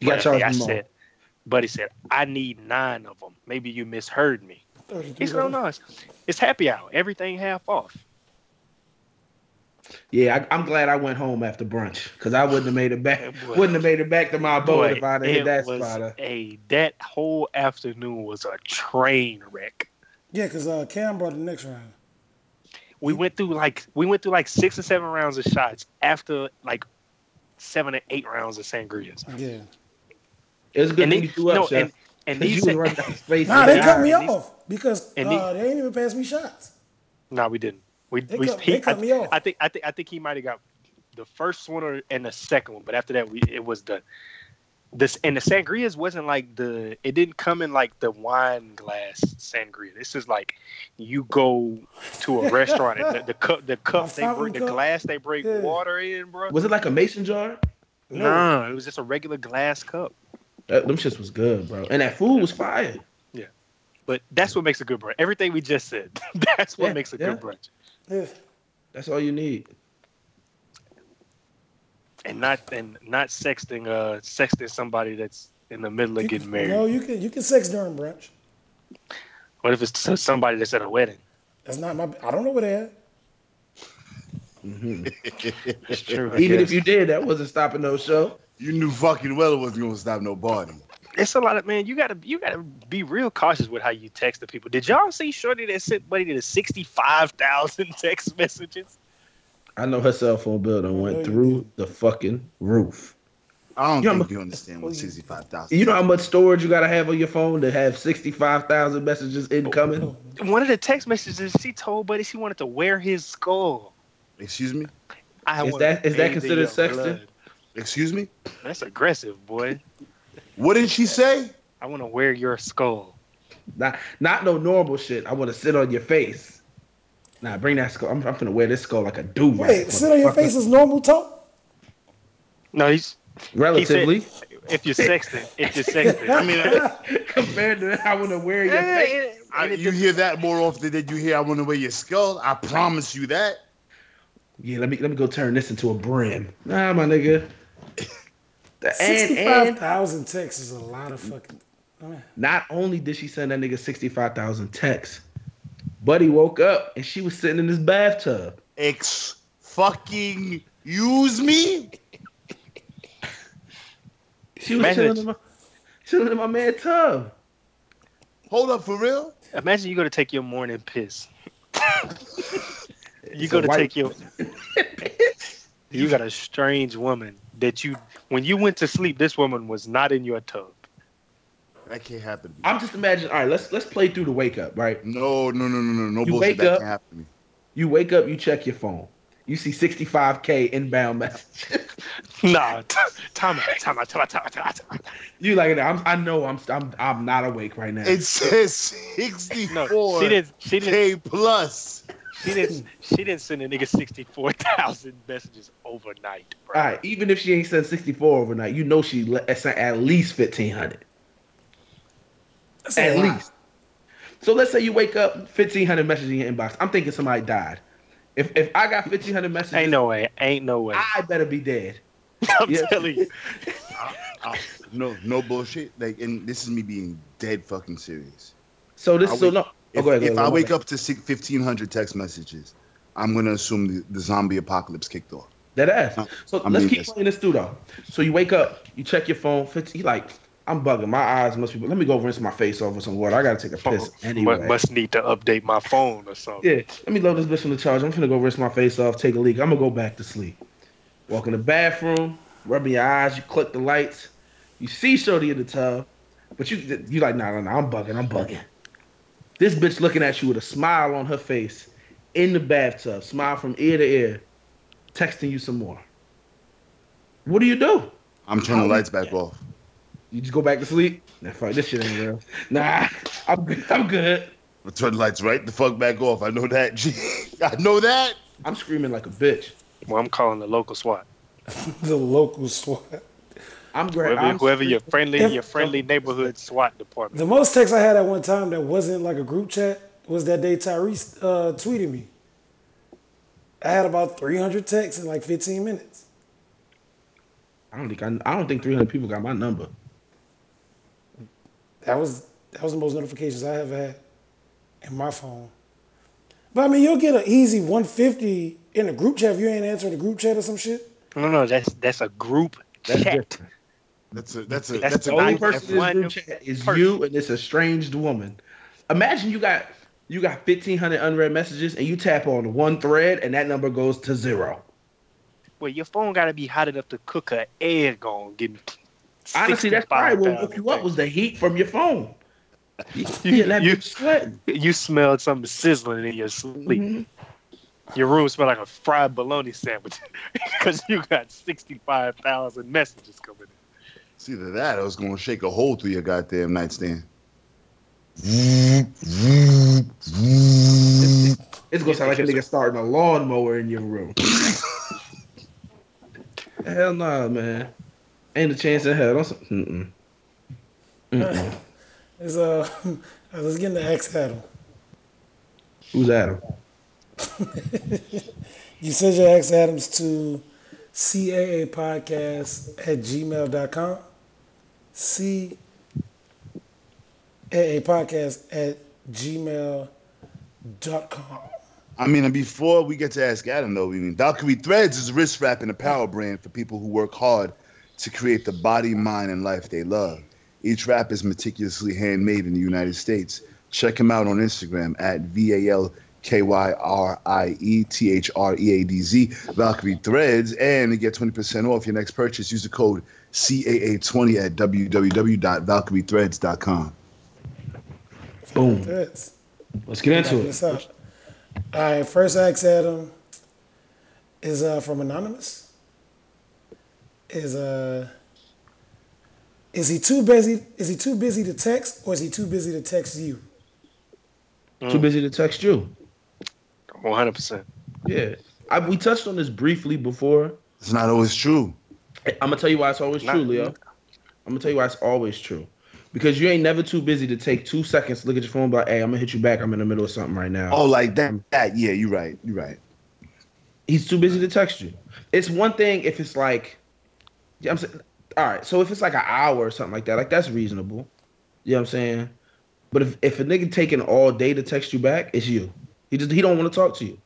You got buddy, charged I more. said, buddy said I need nine of them. Maybe you misheard me. He said, oh no, it's, it's happy hour. Everything half off. Yeah, I, I'm glad I went home after brunch because I wouldn't have made it back. It was- wouldn't have made it back to my boat if I'd have hit it that was spot. a that whole afternoon was a train wreck. Yeah, because uh, Cam brought the next round. Mm. we went through like we went through like six or seven rounds of shots after like seven or eight rounds of sangrias. Yeah. It's a good And thing they- you threw up, no, Chef, and- and 'cause these- you was running out of space. Nah, in they the cut me iron. off because and uh, they ain't even pass me shots. No, we didn't. We, They we cut- he- they cut I, me off. I think I think I think he might have got the first one or, and the second one, but after that we it was the this and the sangrias wasn't like the it didn't come in like the wine glass sangria. This is like you go to a restaurant and the, the cup the cup they fountain bring the cup? glass they bring Yeah. water in, bro. Was it like a mason jar? No. Nah, it was just a regular glass cup. That, them shits was good, bro. And that food was fire. But that's what makes a good brunch. Everything we just said, that's what Yeah, makes a good brunch. Yeah. That's all you need. And not and not sexting uh sexting somebody that's in the middle of You getting can- married. No, you can you can sex during brunch. What if it's to somebody that's at a wedding? That's not my. I don't know what they had. It's true. Even if you did, that wasn't stopping no show. You knew fucking well it wasn't gonna stop nobody. it's a lot of man, you gotta you gotta be real cautious with how you text the people. Did y'all see Shorty that sent buddy to sixty five thousand text messages? I know her cell phone bill done know went you through the fucking roof. I don't You know, think you understand what sixty five thousand. You know how much storage you gotta have on your phone to have sixty five thousand messages Oh, incoming? One of the text messages she told buddy she wanted to wear his skull. Excuse me. I Is wanna that- is that bathe in considered your sexting? blood. Excuse me. That's aggressive, boy. What did she say? I wanna wear your skull. Not not no normal shit. I wanna sit on your face. Nah, bring that skull. I'm, I'm gonna wear this skull like a dude. Wait, sit on your face is normal talk. No, he's Relatively, if you're sexting, if you're sexting. I mean, I, compared to I wanna wear your Yeah, face. yeah, I, and it you just- hear that more often than you hear "I want to wear your skull." I promise you that. Yeah, let me let me go turn this into a brim. Nah, my nigga. The- and, Sixty-five and thousand texts is a lot of fucking. I mean, not only did she send that nigga sixty five thousand texts, Buddy woke up and she was sitting in his bathtub. Ex fucking use me. She was Imagine chilling it. in, my, chilling in my man tub. Hold up for real. imagine you go to take your morning piss. you go a to white- take your. you got a strange woman that you when you went to sleep. This woman was not in your tub. That can't happen. To me. I'm just imagining. All right, let's let's play through the wake up. Right, No, no, no, no, no, no You bullshit. wake That up- can't happen to me. you wake up, you check your phone, you see sixty five k inbound messages. Nah, t- time out, time out, time out, time out, time out, time out. you like, I'm, I know I'm I'm I'm not awake right now. It says sixty No, four she didn't. She didn't. k plus. She didn't. She didn't send a nigga sixty four thousand messages overnight. Bro. all right, even if she ain't sent sixty four overnight, you know she le- sent at least fifteen hundred. that's a at lot. least. So let's say you wake up, fifteen hundred messages in your inbox. I'm thinking somebody died. If if I got fifteen hundred messages, Ain't no way. Ain't no way. I better be dead. I'm Ah. yeah. telling you. I- no, no bullshit. Like, and this is me being dead fucking serious. So this, I so wake- no. If, oh, go ahead, go if ahead, I go wake ahead. up to six, 1,500 text messages, I'm going to assume the, the zombie apocalypse kicked off. That ass. I- So uh, I let's mean keep this. playing this through though. So you wake up, you check your phone. 15, you like, I'm bugging. My eyes must be. Let me go rinse my face off with some water. I gotta take a piss anyway. Must- Must need to update my phone or something. Yeah, let me load this bitch from the charger. I'm finna go rinse my face off, take a leak. I'm gonna go back to sleep. Walk in the bathroom, rubbing your eyes. You click the lights. You see Shorty in the tub, but you you like, nah, nah, nah, I'm bugging, I'm bugging. This bitch looking at you with a smile on her face, in the bathtub, smile from ear to ear, texting you some more. What do you do? I'm turning the How- lights back off. You just go back to sleep? Nah, fuck, this shit ain't real. Nah, I'm good. I'm good. I turn the lights right the fuck back off. I know that. G. I know that. I'm screaming like a bitch. Well, I'm calling the local SWAT. The local SWAT. I'm great. Whoever, I'm whoever your strictly- friendly If- your friendly neighborhood SWAT department. The most text I had at one time that wasn't like a group chat was that day Tyrese uh, tweeted me. I had about 300 texts in like 15 minutes. I don't think I, I don't think 300 people got my number. That was that was the most notifications I ever had in my phone. But I mean, you'll get an easy 150 in a group chat if you ain't answering the group chat or some shit. No, no, that's that's a group That's chat. different. That's a that's a That's that's, the a only Only great Nine- person in effort. this one group chat is person. you, and it's a strange woman. Imagine you got you got 1500 unread messages, and you tap on one thread, and that number goes to zero. Well, your phone gotta be hot enough to cook an egg on. Give me Honestly, that's probably what 65,000 woke you up things. was the heat from your phone. You, you, that you- bitch sweating. You smelled something sizzling in your sleep. Mhm. Your room smelled like a fried bologna sandwich because you got sixty five thousand messages coming in. It's either that or it's gonna shake a hole through your goddamn nightstand. It's gonna sound like a nigga starting a lawnmower in your room. hell nah, man. Ain't a chance in hell. Don't, s- mm-mm. It's, uh, let's get into X Adam. Who's Adam? You send your X Adams to CAA podcast at gmail.com. CAA podcast at gmail.com. I mean, and before we get to ask Adam though, we mean Valkyrie Threads is a wrist wrap and a power brand for people who work hard to create the body, mind, and life they love. Each wrap is meticulously handmade in the United States. Check them out on Instagram at V A L K Y R I E T H R E A D Z Valkyrie Threads and get 20% off your next purchase. Use the code CAA20 at www.valkyriethreads.com. Boom. That's Let's get into this it. out. All right, first X Adam is uh, from Anonymous. Is uh is he too busy is he too busy to text or is he too busy to text you? Too Mm. busy to text you. Oh, One hundred percent. Yeah. I, we touched on this briefly before. It's not always true. I'm gonna tell you why it's always Not- true, Leo. I'm gonna tell you why it's always true. Because you ain't never too busy to take two seconds to look at your phone and be like, hey, I'm gonna hit you back. I'm in the middle of something right now. Oh, like that. that yeah, you're right. You're right. he's too busy to text you. It's one thing if it's like, yeah, I'm saying, all right. So if it's like an hour or something like that, like that's reasonable. You know what I'm saying? But if, if a nigga taking all day to text you back, it's you. He just he don't want to talk to you,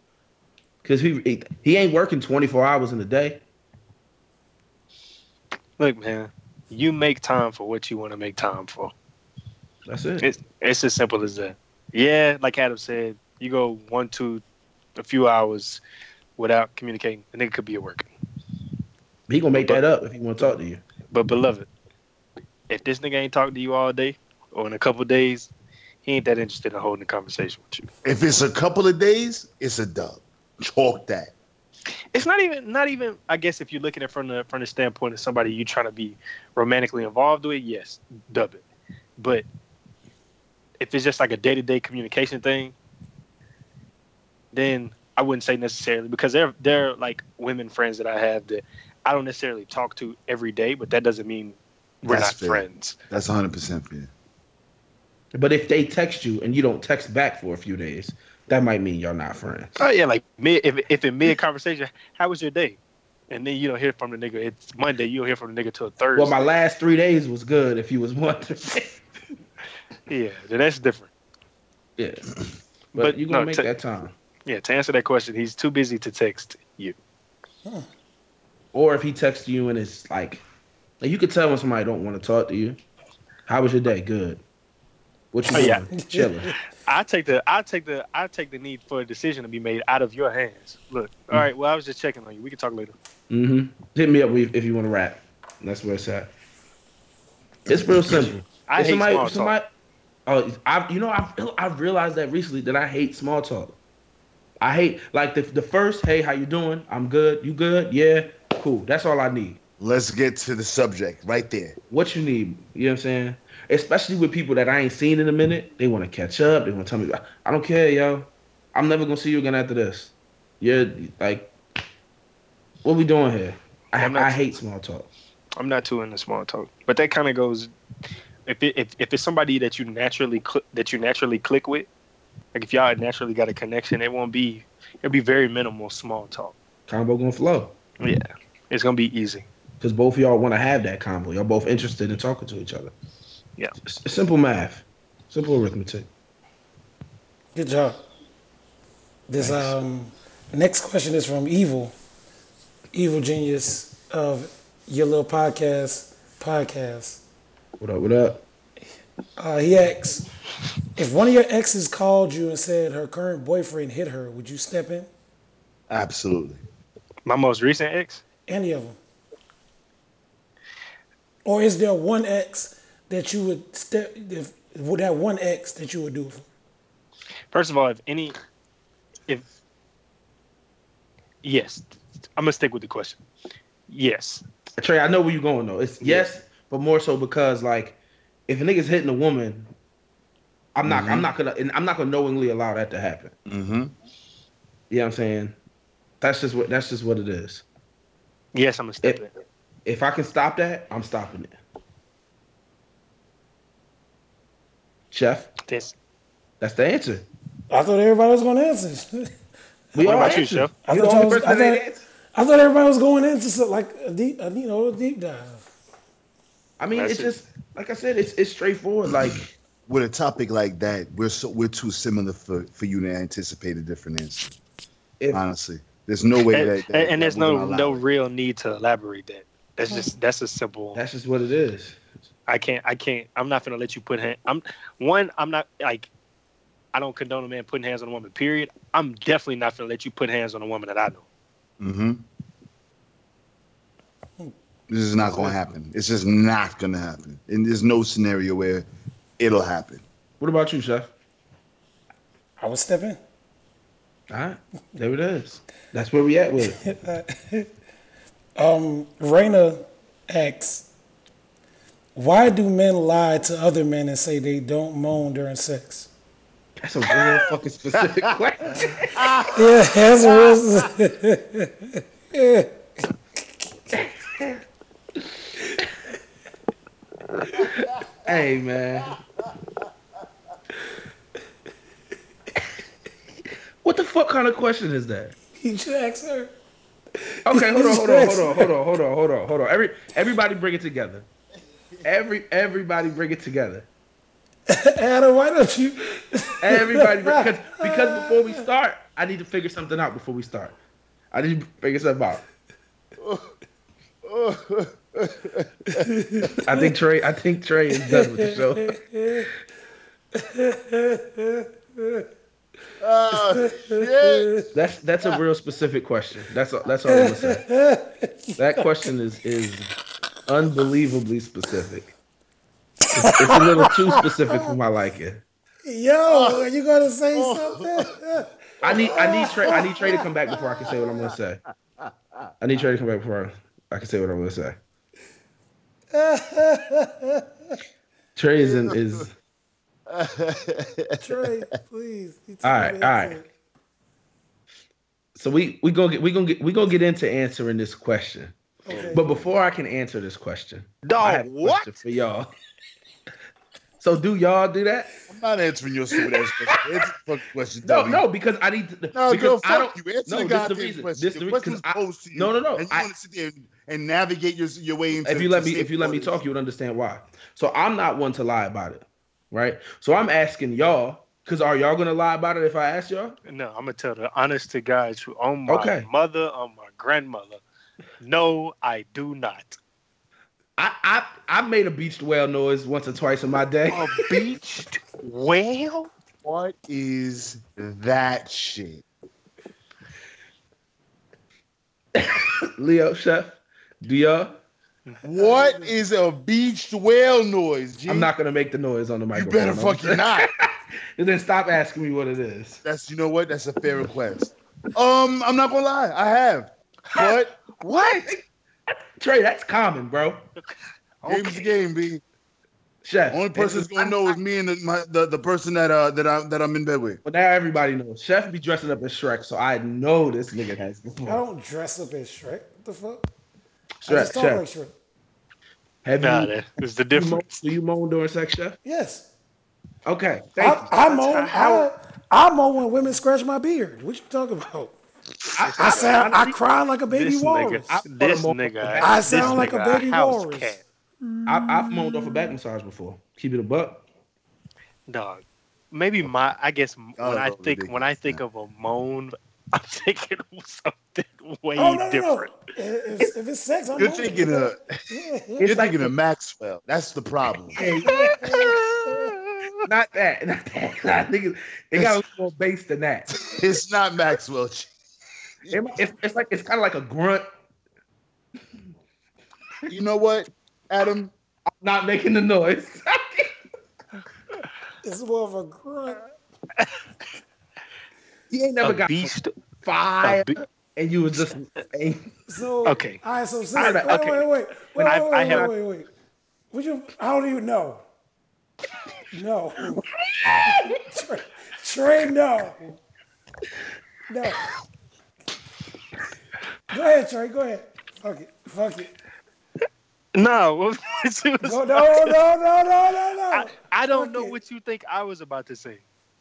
cause he he, he ain't working 24 hours in a day. Look, man, you make time for what you want to make time for. That's it. It's it's as simple as that. Yeah, like Adam said, you go one, two, a few hours without communicating. The nigga could be at work. he gonna make that up if he want to talk to you. But beloved, if this nigga ain't talking to you all day or in a couple days, he ain't that interested in holding a conversation with you. If it's a couple of days, it's a dub. Chalk that. It's not even not even I guess if you're looking at it from the from the standpoint of somebody you trying to be romantically involved with, yes, dub it. But if it's just like a day to day communication thing, then I wouldn't say necessarily because they're they're like women friends that I have that I don't necessarily talk to every day, but that doesn't mean we're That's not fair. friends. That's 100% fair. But if they text you and you don't text back for a few days, that might mean y'all not friends. Oh yeah, like mid if if in mid conversation, how was your day? And then you don't hear from the nigga. It's Monday. You don't hear from the nigga till Thursday. Well, my last three days was good. If you was wondering, yeah, then that's different. yeah. But, But you gonna no, make te- that time. Yeah, to answer that question, he's too busy to text you. or if he texts you and it's like, like you could tell when somebody don't want to talk to you. How was your day? Good. What you Oh, doing? yeah. Chilling. I take the I take the I take the need for a decision to be made out of your hands. Look, all right. Well, I was just checking on you. We can talk later. hmm Hit me up if if you want to rap. That's where it's at. It's real simple. I If hate small Oh, I you know I feel- I've realized that recently that I hate small talk. I hate like the the first hey how you doing I'm good you good yeah cool that's all I need. Let's get to the subject right there. what you need. You know what I'm saying? Especially with people that I ain't seen in a minute. They want to catch up. They want to tell me, I don't care, yo. I'm never gonna see you again after this. You're like, what we doing here? I, I'm not- I hate small talk. I'm not too into small talk, but that kind of goes. If, it, if if it's somebody that you naturally cl- that you naturally click with, like if y'all had naturally got a connection, it won't be it'll be very minimal small talk. Combo gonna flow Yeah, it's gonna be easy. because both of y'all want to have that combo. Y'all both interested in talking to each other. Yeah. S- simple math, simple arithmetic. Good job. This Thanks. um, next question is from Evil, Evil Genius of your little podcast. Podcast. What up? What up? Uh, he asks if one of your exes called you and said her current boyfriend hit her, would you step in? Absolutely. My most recent ex, Any of them? Or is there one ex that you would step? If, would that one ex that you would do it for? First of all, if any, if yes, I'm gonna stick with the question. Yes, Trey, I know where you're going though. It's yes, but more so because like if a nigga's hitting a woman, I'm not I'm not gonna and I'm not gonna knowingly allow that to happen. Mm-hmm. You know what I'm saying? That's just what that's just what it is. yes, I'm gonna step in. If I can stop that, I'm stopping it. Chef, This. that's the answer. I thought everybody was going to answer. We What all about you, answered. Chef? I You're thought the y'all only was- person that I ain't thought- answered. I thought everybody was going into some, like a deep, a, you know, a deep dive. I mean, That's it's it. just like I said, it's it's straightforward. Like With a topic like that, we're so we're too similar for, for you to anticipate a different answer. if Honestly, there's no way and, that, that eh, and- and that there's we're no gonna allow no it. real need to elaborate that. That's just that's a simple. that's just what it is. I can't I can't I'm not gonna let you put hand. I'm one. I'm not like I don't condone a man putting hands on a woman. Period. I'm definitely not gonna let you put hands on a woman that I know. Mm-hmm. This is not going to happen. It's just not going to happen. And there's no scenario where it'll happen. What about you, Chef? I would step in. All right, there it is. That's where we at with it. Um, Raina asks, why do men lie to other men and say they don't moan during sex? That's a real fucking specific question. Yeah, that's a real. Hey man. What the fuck kind of question is that? He should ask her. Okay, hold on, hold on, hold on, hold on, hold on, hold on, hold on. Every everybody bring it together. Every everybody bring it together. Adam, why don't you? Everybody because because before we start, I need to figure something out before we start. I need to figure something out. I think Trey I think Trey is done with the show. Oh, shit. That's that's a real specific question. That's all, that's all I'm gonna say. That question is is unbelievably specific. It's, it's a little too specific for my liking. Yo, are you gonna say something? I need I need Trey I need Trey to come back before I can say what I'm gonna say. I need Trey to come back before I can say what I'm gonna say. Trey is in, is Trey, please. You All right, took me all into right. it. so we we gonna get we gonna get we gonna get into answering this question. Okay. But before I can answer this question, I Dog, have a Oh, what? question for y'all. so do y'all do that? I'm not answering your stupid ass question. Answer the fucking question. No, dummy. no, because I need to. No, because girl, I fuck you. Answer no, the this goddamn the reason. question. This the the reason. question's 'cause I- posed to you. no, no, no. And you I- want to sit there and, and navigate your, your way into if you let to me, if safe you let me waters. talk, you would understand why. So I'm not one to lie about it, right? So I'm asking y'all, because are y'all gonna lie about it if I ask y'all? No, I'm gonna tell the honest to God truth on my Okay. mother, on my grandmother. No, I do not. I I I made a beached whale noise once or twice in my day. A beached Oh, whale? What is that shit? Leo Chef, do y'all? What is a beached whale noise? G? I'm not gonna make the noise on the You microphone. better I'm- fucking not. Then stop asking me what it is. That's you know what? That's a fair request. Um, I'm not gonna lie, I have. But What? Trey, that's common, bro. game's the game, B. Chef. Only person that's it's- gonna know is me and the, my, the the person that uh that I that I'm in bed with. Well, now everybody knows. Chef be dressing up as Shrek, so I know this nigga has. I don't dress up as Shrek. What the fuck? I Shrek, just talk Chef. like Shrek. Have Nah, you, that is the do you moan, difference. do you moan during sex, chef? Yes. Okay, thank I, you. I moan. I, How- I moan when women scratch my beard. What you talking about? I, sound. I cry like a baby This walrus. nigga, this I'm on- nigga, I this sound like a nigga baby house walrus. cat. I, I've moaned off a back massage before. Keep it a buck. Dog. Maybe my I guess m Oh, when I that's think when I ridiculous, think of a moan, I'm thinking of something way oh no, no, no. different. If, if- if it's sex, I'm You're moaning. thinking uh, of Yeah, yeah. you're thinking of Maxwell. That's the problem. Not that. Not that. Nah, niggas, they got a little more bass than that. it's not Maxwell. Ch- It might- it's, it's like it's kind of like a grunt. You know what, Adam? Not making the noise. It's more of a grunt. he ain't never A got beast. uh, five, A be- and you was just. So Okay. All right. So since, All wait, right, okay. wait, wait, wait, When I- wait, I wait, have- wait, wait, wait. Would you? I don't even know. No. Trey, Trey, no. No. Go ahead, Trey. Go ahead. Fuck it. Fuck it. No, what was- it was- Go, no, no, no, no, no, I, I don't Fuck know it. what you think I was about to say.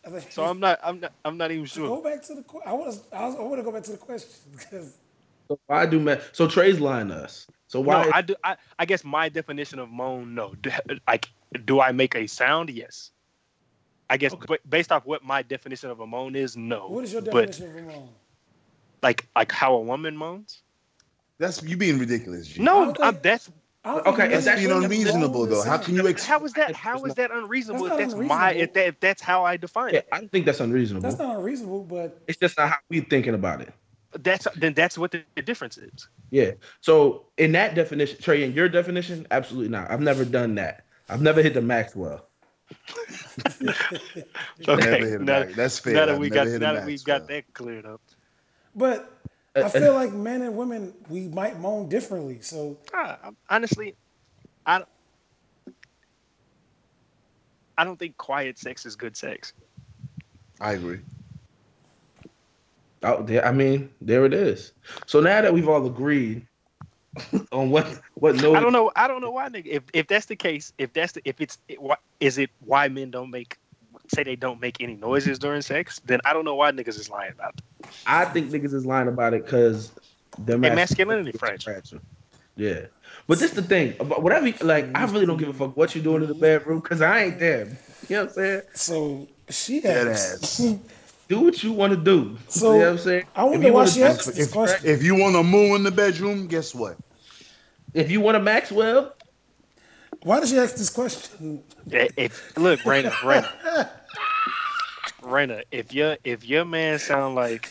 no. So I'm not I'm not I'm not even Go sure. back to the. que- I was. I was. I want to go back to the question because So why do men? So Trey's lying to us. So why? No, I do I, I guess my definition of moan, no. D- Like do I make a sound? Yes. I guess Okay. ba- based off what my definition of a moan is, no. what is your But definition of a moan? like like how a woman moans? That's you being ridiculous. G. No, Okay. I, that's I don't Okay, think that's is that's being what a unreasonable moan though. is How saying. can you ex- how is that It's how is not- that unreasonable? That's If not that's my if unreasonable. that if that's how I define yeah, it. I don't think that's unreasonable. That's not unreasonable, but it's just not how we thinking about it. That's then that's what the, the difference is. Yeah. So in that definition, Trey, in your definition, absolutely not. I've never done that. I've never hit the Maxwell. Never hit a now, back. That's fair. now that I've we never got hit a now that we Maxwell. got that cleared up. but Uh, I feel like men and women we might moan differently. So Ah, I'm- honestly, I don't- I don't think quiet sex is good sex. I agree. Oh, there, I mean, there it is. So now that we've all agreed on what what no, I don't know. I don't know why, nigga. If if that's the case, if that's the if it's it, why, is it why men don't make say they don't make any noises during sex? Then I don't know why niggas is lying about it. I think niggas is lying about it because their And mas- masculinity fragile. Yeah, but this the thing about whatever. you- Like, I really don't give a fuck what you doing in the bedroom because I ain't there. You know what I'm saying? so she Dead asked. ass. Do what you want to do. So, you know what I'm saying? I wonder If you why wanna she do- asked this If, question. if you want to moo in the bedroom, guess what? If you want a Maxwell, Why did she ask this question? Eh, If look, Raina, Raina, Raina, if your if your man sound like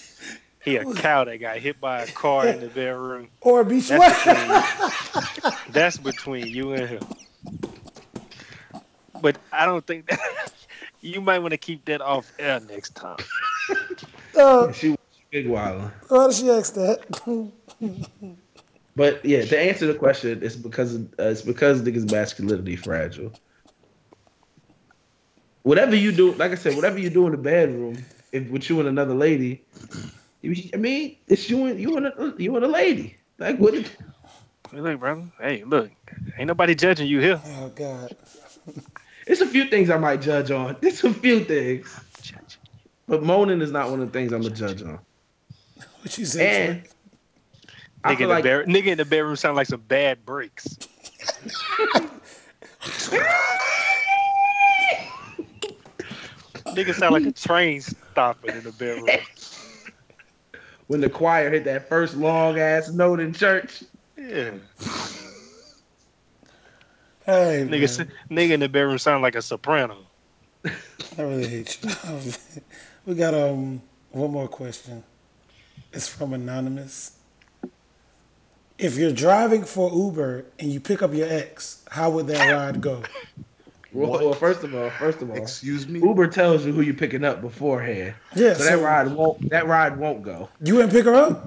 he a cow that got hit by a car in the bedroom, Or be that's sweat? between, that's between you and him. But I don't think that you might want to keep that off air next time. Uh, she big wildin'. why did she ask that? Oh, But yeah, to answer the question, it's because uh, it's because niggas masculinity fragile. Whatever you do, like I said, whatever you do in the bedroom, if with you and another lady, you- I mean, it's you and you and a, you and a lady. Like what? Hey, Look, brother. Hey, look. Ain't nobody judging you here. oh God. It's a few things I might judge on. It's a few things, but moaning is not one of the things I'm gonna judge on. What you said? And I Nigga, in feel the like bed- nigga in the bedroom sound like some bad breaks. nigga sound like a train stopping in the bedroom. when the choir hit that first long ass note in church. Yeah. Hey, Nigga, s- nigga in the bedroom sound like a soprano. I really hate you. we got um one more question. It's from anonymous. If you're driving for Uber and you pick up your ex, how would that ride go? Well, first of all, first of all, Excuse me. Uber tells you who you're picking up beforehand. Yeah, So that ride won't that ride won't go. you wouldn't pick her up.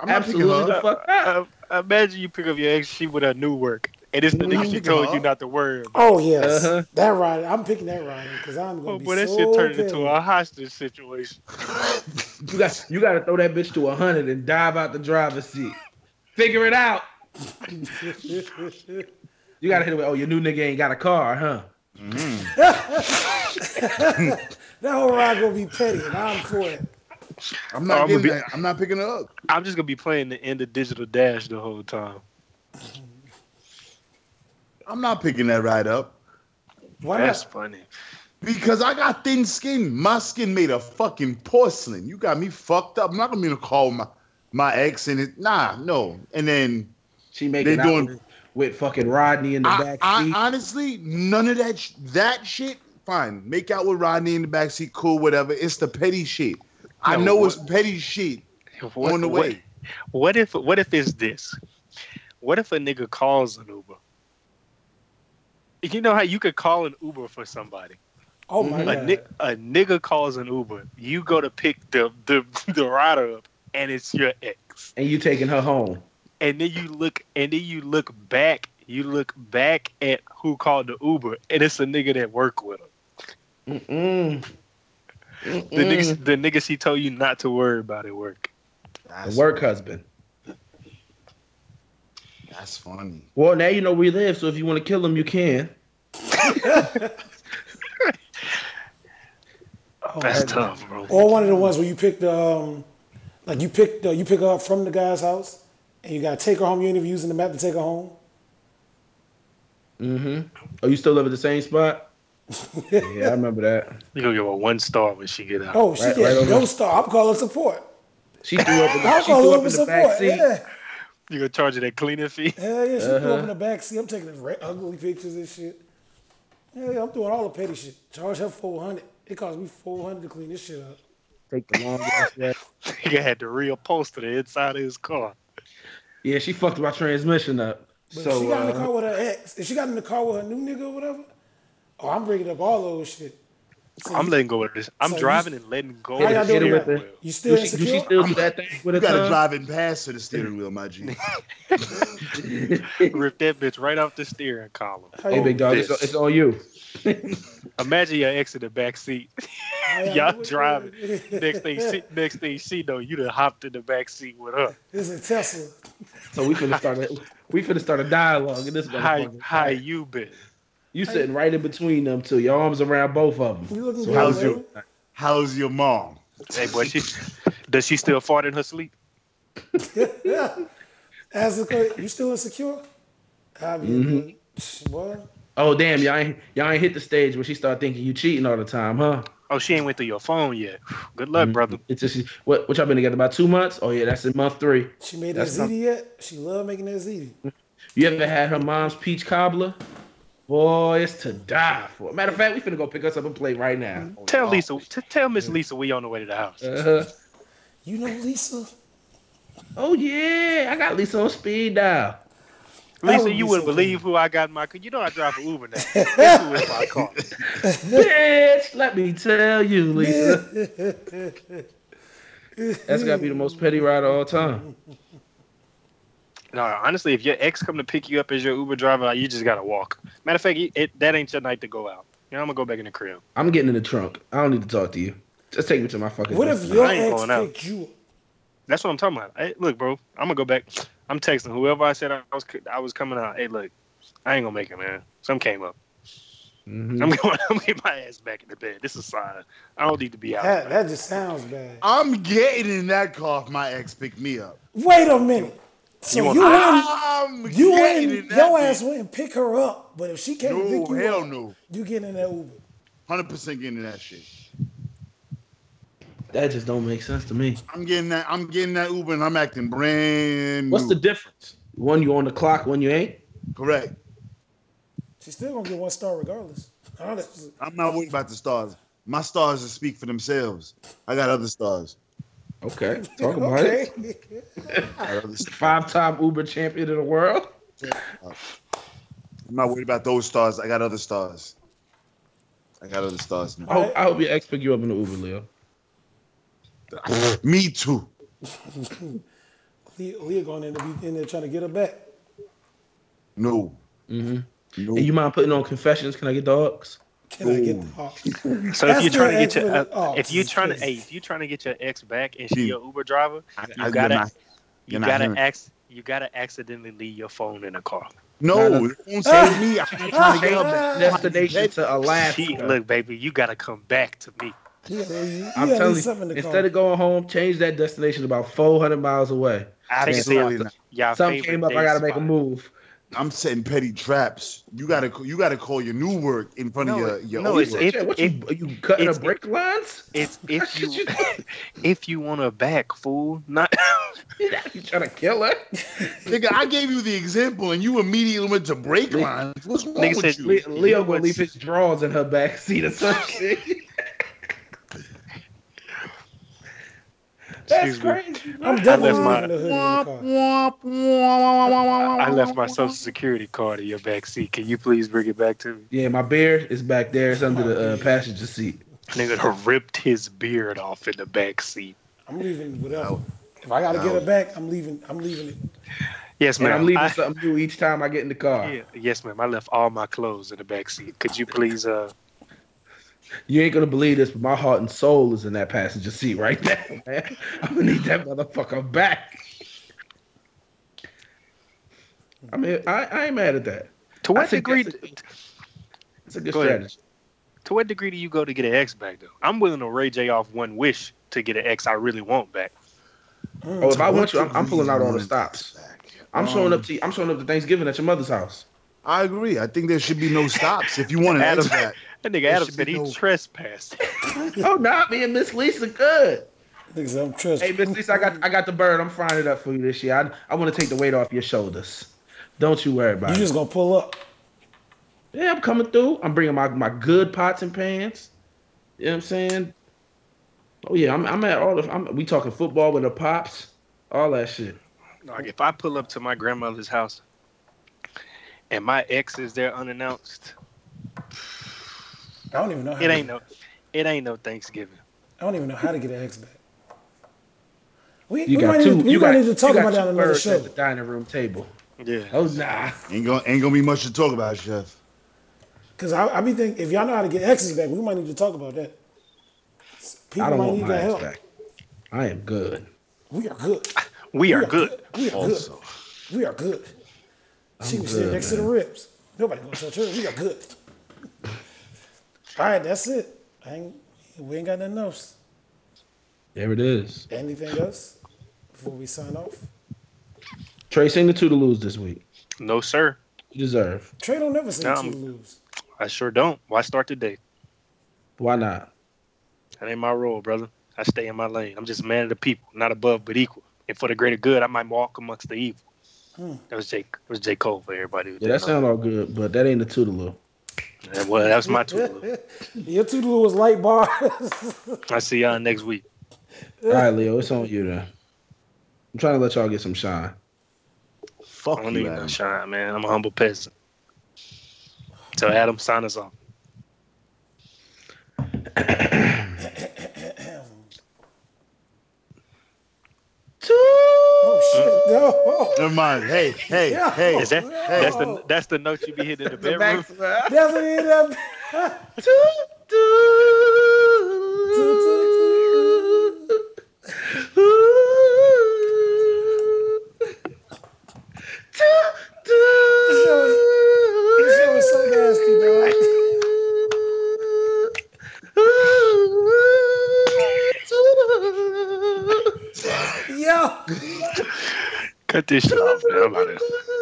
I'm not picking Absolutely her the up. fuck not. I, I imagine you pick up your ex, she with her new work. And it's the I'm nigga she picking told her you up. not to worry about. Oh yes, Uh-huh. that ride. I'm picking that ride because I'm gonna Oh, be boy, that so shit turned pissed. into a hostage situation. You got you gotta throw that bitch to hundred and dive out the driver's seat. Figure it out. You gotta hit it with, oh, your new nigga ain't got a car, huh? That whole ride gonna be petty, and I'm for it. I'm Oh, not getting I'm gonna be- that. I'm not picking it up. I'm just gonna be playing the end of Digital Dash the whole time. I'm not picking that ride up Why That's not? funny. because I got thin skin. My skin made of fucking porcelain. You got me fucked up. I'm not gonna be gonna call my my ex and it. Nah, no. And then She making They out doing- with- with fucking Rodney in the I, back I seat. honestly none of that sh- that shit. Fine, make out with Rodney in the backseat. Cool, whatever. It's the petty shit. I No, know what- it's petty shit What, on the what- way. What if what if it's this? What if a nigga calls an Uber? You know how you could call an Uber for somebody. Oh my A, god! ni- a nigga calls an Uber. You go to pick the the, the rider up, and it's your ex. and you taking her home. And then you look, and then you look back. You look back at who called the Uber, and it's a nigga that work with him. Mm-mm. The Mm. Mm-mm. niggas, the niggas he told you not to worry about at work. That's, The work husband. that's funny. Well, now you know where he lives, so if you want to kill him, you can. Oh, That's my God. tough, bro. Or one of the ones where you pick the, um, like you pick the, you pick her up from the guy's house, and you gotta take her home. You ain't even using the map to take her home. Mm-hmm. Oh, you still live at the same spot? yeah, I remember that. You gonna give her one star when she get out. Oh, she Right- did. right over. Don't stop. I'm calling support. She threw up in the, I'm she threw calling up in Uber the support. back seat. Yeah, You gonna charge her that cleaning fee? hell yeah. She Uh-huh. threw up in the back seat. I'm taking the re- ugly pictures and shit. Yeah, yeah, I'm doing all the petty shit. Charge her 400. It cost me 400 to clean this shit up. Take the long ass ride. Nigga had to reupholster the inside of his car. Yeah, she fucked my transmission up. But so if she got in uh, the car with her ex, if she got in the car with her new nigga or whatever, oh, I'm bringing up all those shit. So I'm you- letting go of this. I'm so you- driving and letting go. How of y'all this doing shit. with it? You still do she, do insecure? she still do that thing with You her gotta tongue? drive in past to the steering wheel, my G. Rip that bitch right off the steering column. How Hey, y'all- big dog, it's, This. it's on you. Imagine your ex in the back seat. how y'all doing? driving. Next thing, she, next thing she know, you done hopped in the back seat with her. This is Tesla. So we finna start. A, we finna start a dialogue in this How, motherfucker. how you been? You sitting right in between them two, your arms around both of them. You looking So good, how's baby? your- How's your mom? Hey, boy, she does she still fart in her sleep? As a co- you still insecure? I Mm-hmm. mean, boy. Oh damn, y'all ain't y'all ain't hit the stage where she start thinking you cheating all the time, huh? Oh, she ain't went through your phone yet. Good luck, brother. Mm-hmm. It's just what what y'all been together about two months? Oh yeah, that's in month three. She made that That's not- ziti yet? She love making that ziti. You ever had her mom's peach cobbler? Boy, it's to die for. Matter of fact, we finna go pick us up a plate right now. Tell Lisa, Oh. t- tell Miss Lisa, we on the way to the house. Uh, You know Lisa? oh yeah, I got Lisa on speed dial. would Lisa, be you wouldn't so believe who I got in my car. You know I drive an Uber now. Guess who in my car? Bitch, let me tell you, Lisa. That's gotta be the most petty ride of all time. No, honestly, if your ex come to pick you up as your Uber driver, you just gotta walk. Matter of fact, you- it, that ain't your night to go out. You know, I'm gonna go back in the crib. I'm getting in the trunk. I don't need to talk to you. Just take me to my fucking. What if destination. your I ain't ex going out. picked you up? That's what I'm talking about. Hey, look, bro, I'm gonna go back. I'm texting whoever I said I was I was coming out. Hey, look, I ain't gonna make it, man. Some came up. Mm-hmm. Mhm. I'm going. I'm getting my ass back in the bed. This is a sign. I don't need to be out. That, that just sounds bad. I'm getting in that car if my ex picked me up. Wait a minute. So You you, want- Ah, wouldn't I'm you getting wouldn't in that your ass bitch. wouldn't pick her up, but if she can't No, pick you hell up, no. you get in that Uber. 100% getting in that shit. That just don't make sense to me. I'm getting that. I'm getting that Uber, and I'm acting brand What's new. the difference? One you on the clock, one you ain't. correct? She's still gonna get one star regardless. Honestly. I'm not worried about the stars. My stars just speak for themselves. I got other stars. Okay, talk about Okay. it. I got other stars. Five-time Uber champion of the world. I'm not worried about those stars. I got other stars. I got other stars. I Now. hope, I hope your ex pick you up in the Uber, Leo. Me too. Leah, Leah going in to be in there trying to get her back. No. No. Hey, Mm-hmm. you mind putting on confessions? Can I get dogs? Can I get the hawk? So if That's you're trying to good ex get your, with uh, the- oh, if you're Jesus trying to, Christ. hey, if you're trying to get your ex back and she Dude. your Uber driver, I, you I- you're gotta- not- you Hmm. You're not gotta hearing. ax, you gotta accidentally leave your phone in the car. No, No, no. it won't save me. I'm not trying to get up. Destination to She- Alaska. look, baby, you gotta come back to me. Yeah, well, you, you I'm gotta telling do something you, to instead call. of going home, change that destination about 400 miles away. Absolutely Take it not. to y'all Something favorite came up, I day gotta make a spot. move. I'm setting petty traps. You gotta you gotta call your new work in front No, of your your no, old it's- work. If- Yeah, what you, if- are you cutting the it's- brake lines? It's if Shit, you if you want her back, fool. Not you trying to kill her? Nigga, I gave you the example and you immediately went to break Nigga- lines. What's wrong nigga with said- you? Le- Leo gonna what's- leave his drawers in her back seat or something. That's Excuse me. crazy. I'm bro. definitely left my- leaving the hood in the car. I left my social security card in your back seat. Can you please bring it back to me? Yeah, my beard is back there. It's under Oh, the uh, passenger seat. Nigga done ripped his beard off in the back seat. I'm leaving whatever. If I gotta get it back, I'm leaving. I'm leaving it. Yes, And ma'am. I'm leaving I- something new each time I get in the car. yeah, yes, ma'am. I left all my clothes in the back seat. Could you please uh You ain't gonna believe this, but my heart and soul is in that passenger seat right there, man. I'm gonna need that motherfucker back. I mean, I, I ain't mad at that. to what I think degree that's a to It's a good Go ahead. strategy. what degree do you go to get an ex back though? I'm willing to Ray J off one wish to get an ex I really want back. Oh, Mm. if I want you, I'm, I'm Please pulling out all the want stops. this back. I'm showing Um, up to I'm showing up to Thanksgiving at your mother's house. I agree. I think there should be no stops if you want an Adam- X back. That nigga There Adam should said be he no- trespassed. oh, not me and Miss Lisa. Good. Niggas, I'm trust. Hey, Miss Lisa, I got I got the bird. I'm frying it up for you this year. I, I want to take the weight off your shoulders. Don't you worry about you it. just gonna pull up. Yeah, I'm coming through. I'm bringing my, my good pots and pans. You know what I'm saying? Oh yeah, I'm I'm at all the I'm, we talking football with the pops, all that shit. Like if I pull up to my grandmother's house and my ex is there unannounced, I don't even know. How it to, ain't no, it ain't no Thanksgiving. I don't even know how to get an X back. We, You we got might two. need, we you might got, need to talk you got about that two on another birds show. at the dining room table. Yeah, Oh nah. Ain't gonna ain't gonna be much to talk about, Chef. Cause I, I be thinking if y'all know how to get X's back, we might need to talk about that. People I don't might want need my that ass help. back. I am good. We are good. we We are good. We are Also, good. We are good. She was sitting good, next to the ribs. Nobody gonna touch her. We are good. All right, that's it. I ain't, we ain't got nothing else. There it is. Anything else before we sign off? Trey sing the two to lose this week. No sir, You deserve. Trey don't never say Um, two lose. I sure don't. Why start today? Why not? That ain't my role, brother. I stay in my lane. I'm just a man of the people, not above but equal. And for the greater good, I might walk amongst the evil. That was Jake. That was J Cole for everybody. who Yeah, that didn't know. sound all good, but that ain't the two to lose. That was, that was my two. Your two was light bars. I see y'all next week. All right, Leo, it's on you then. I'm trying to let y'all get some shine. I fuck don't you, need no Adam. shine, man. I'm a humble peasant. So Adam, sign us off. Mm. oh shit! No. Never mind. Hey, hey, Yeah. hey. Is that Hey. that's the that's the note you be hitting in the bedroom? Doesn't end up. This shit was so nasty, dog. Yo. Cut this shit off, man. I'm outta here. Too.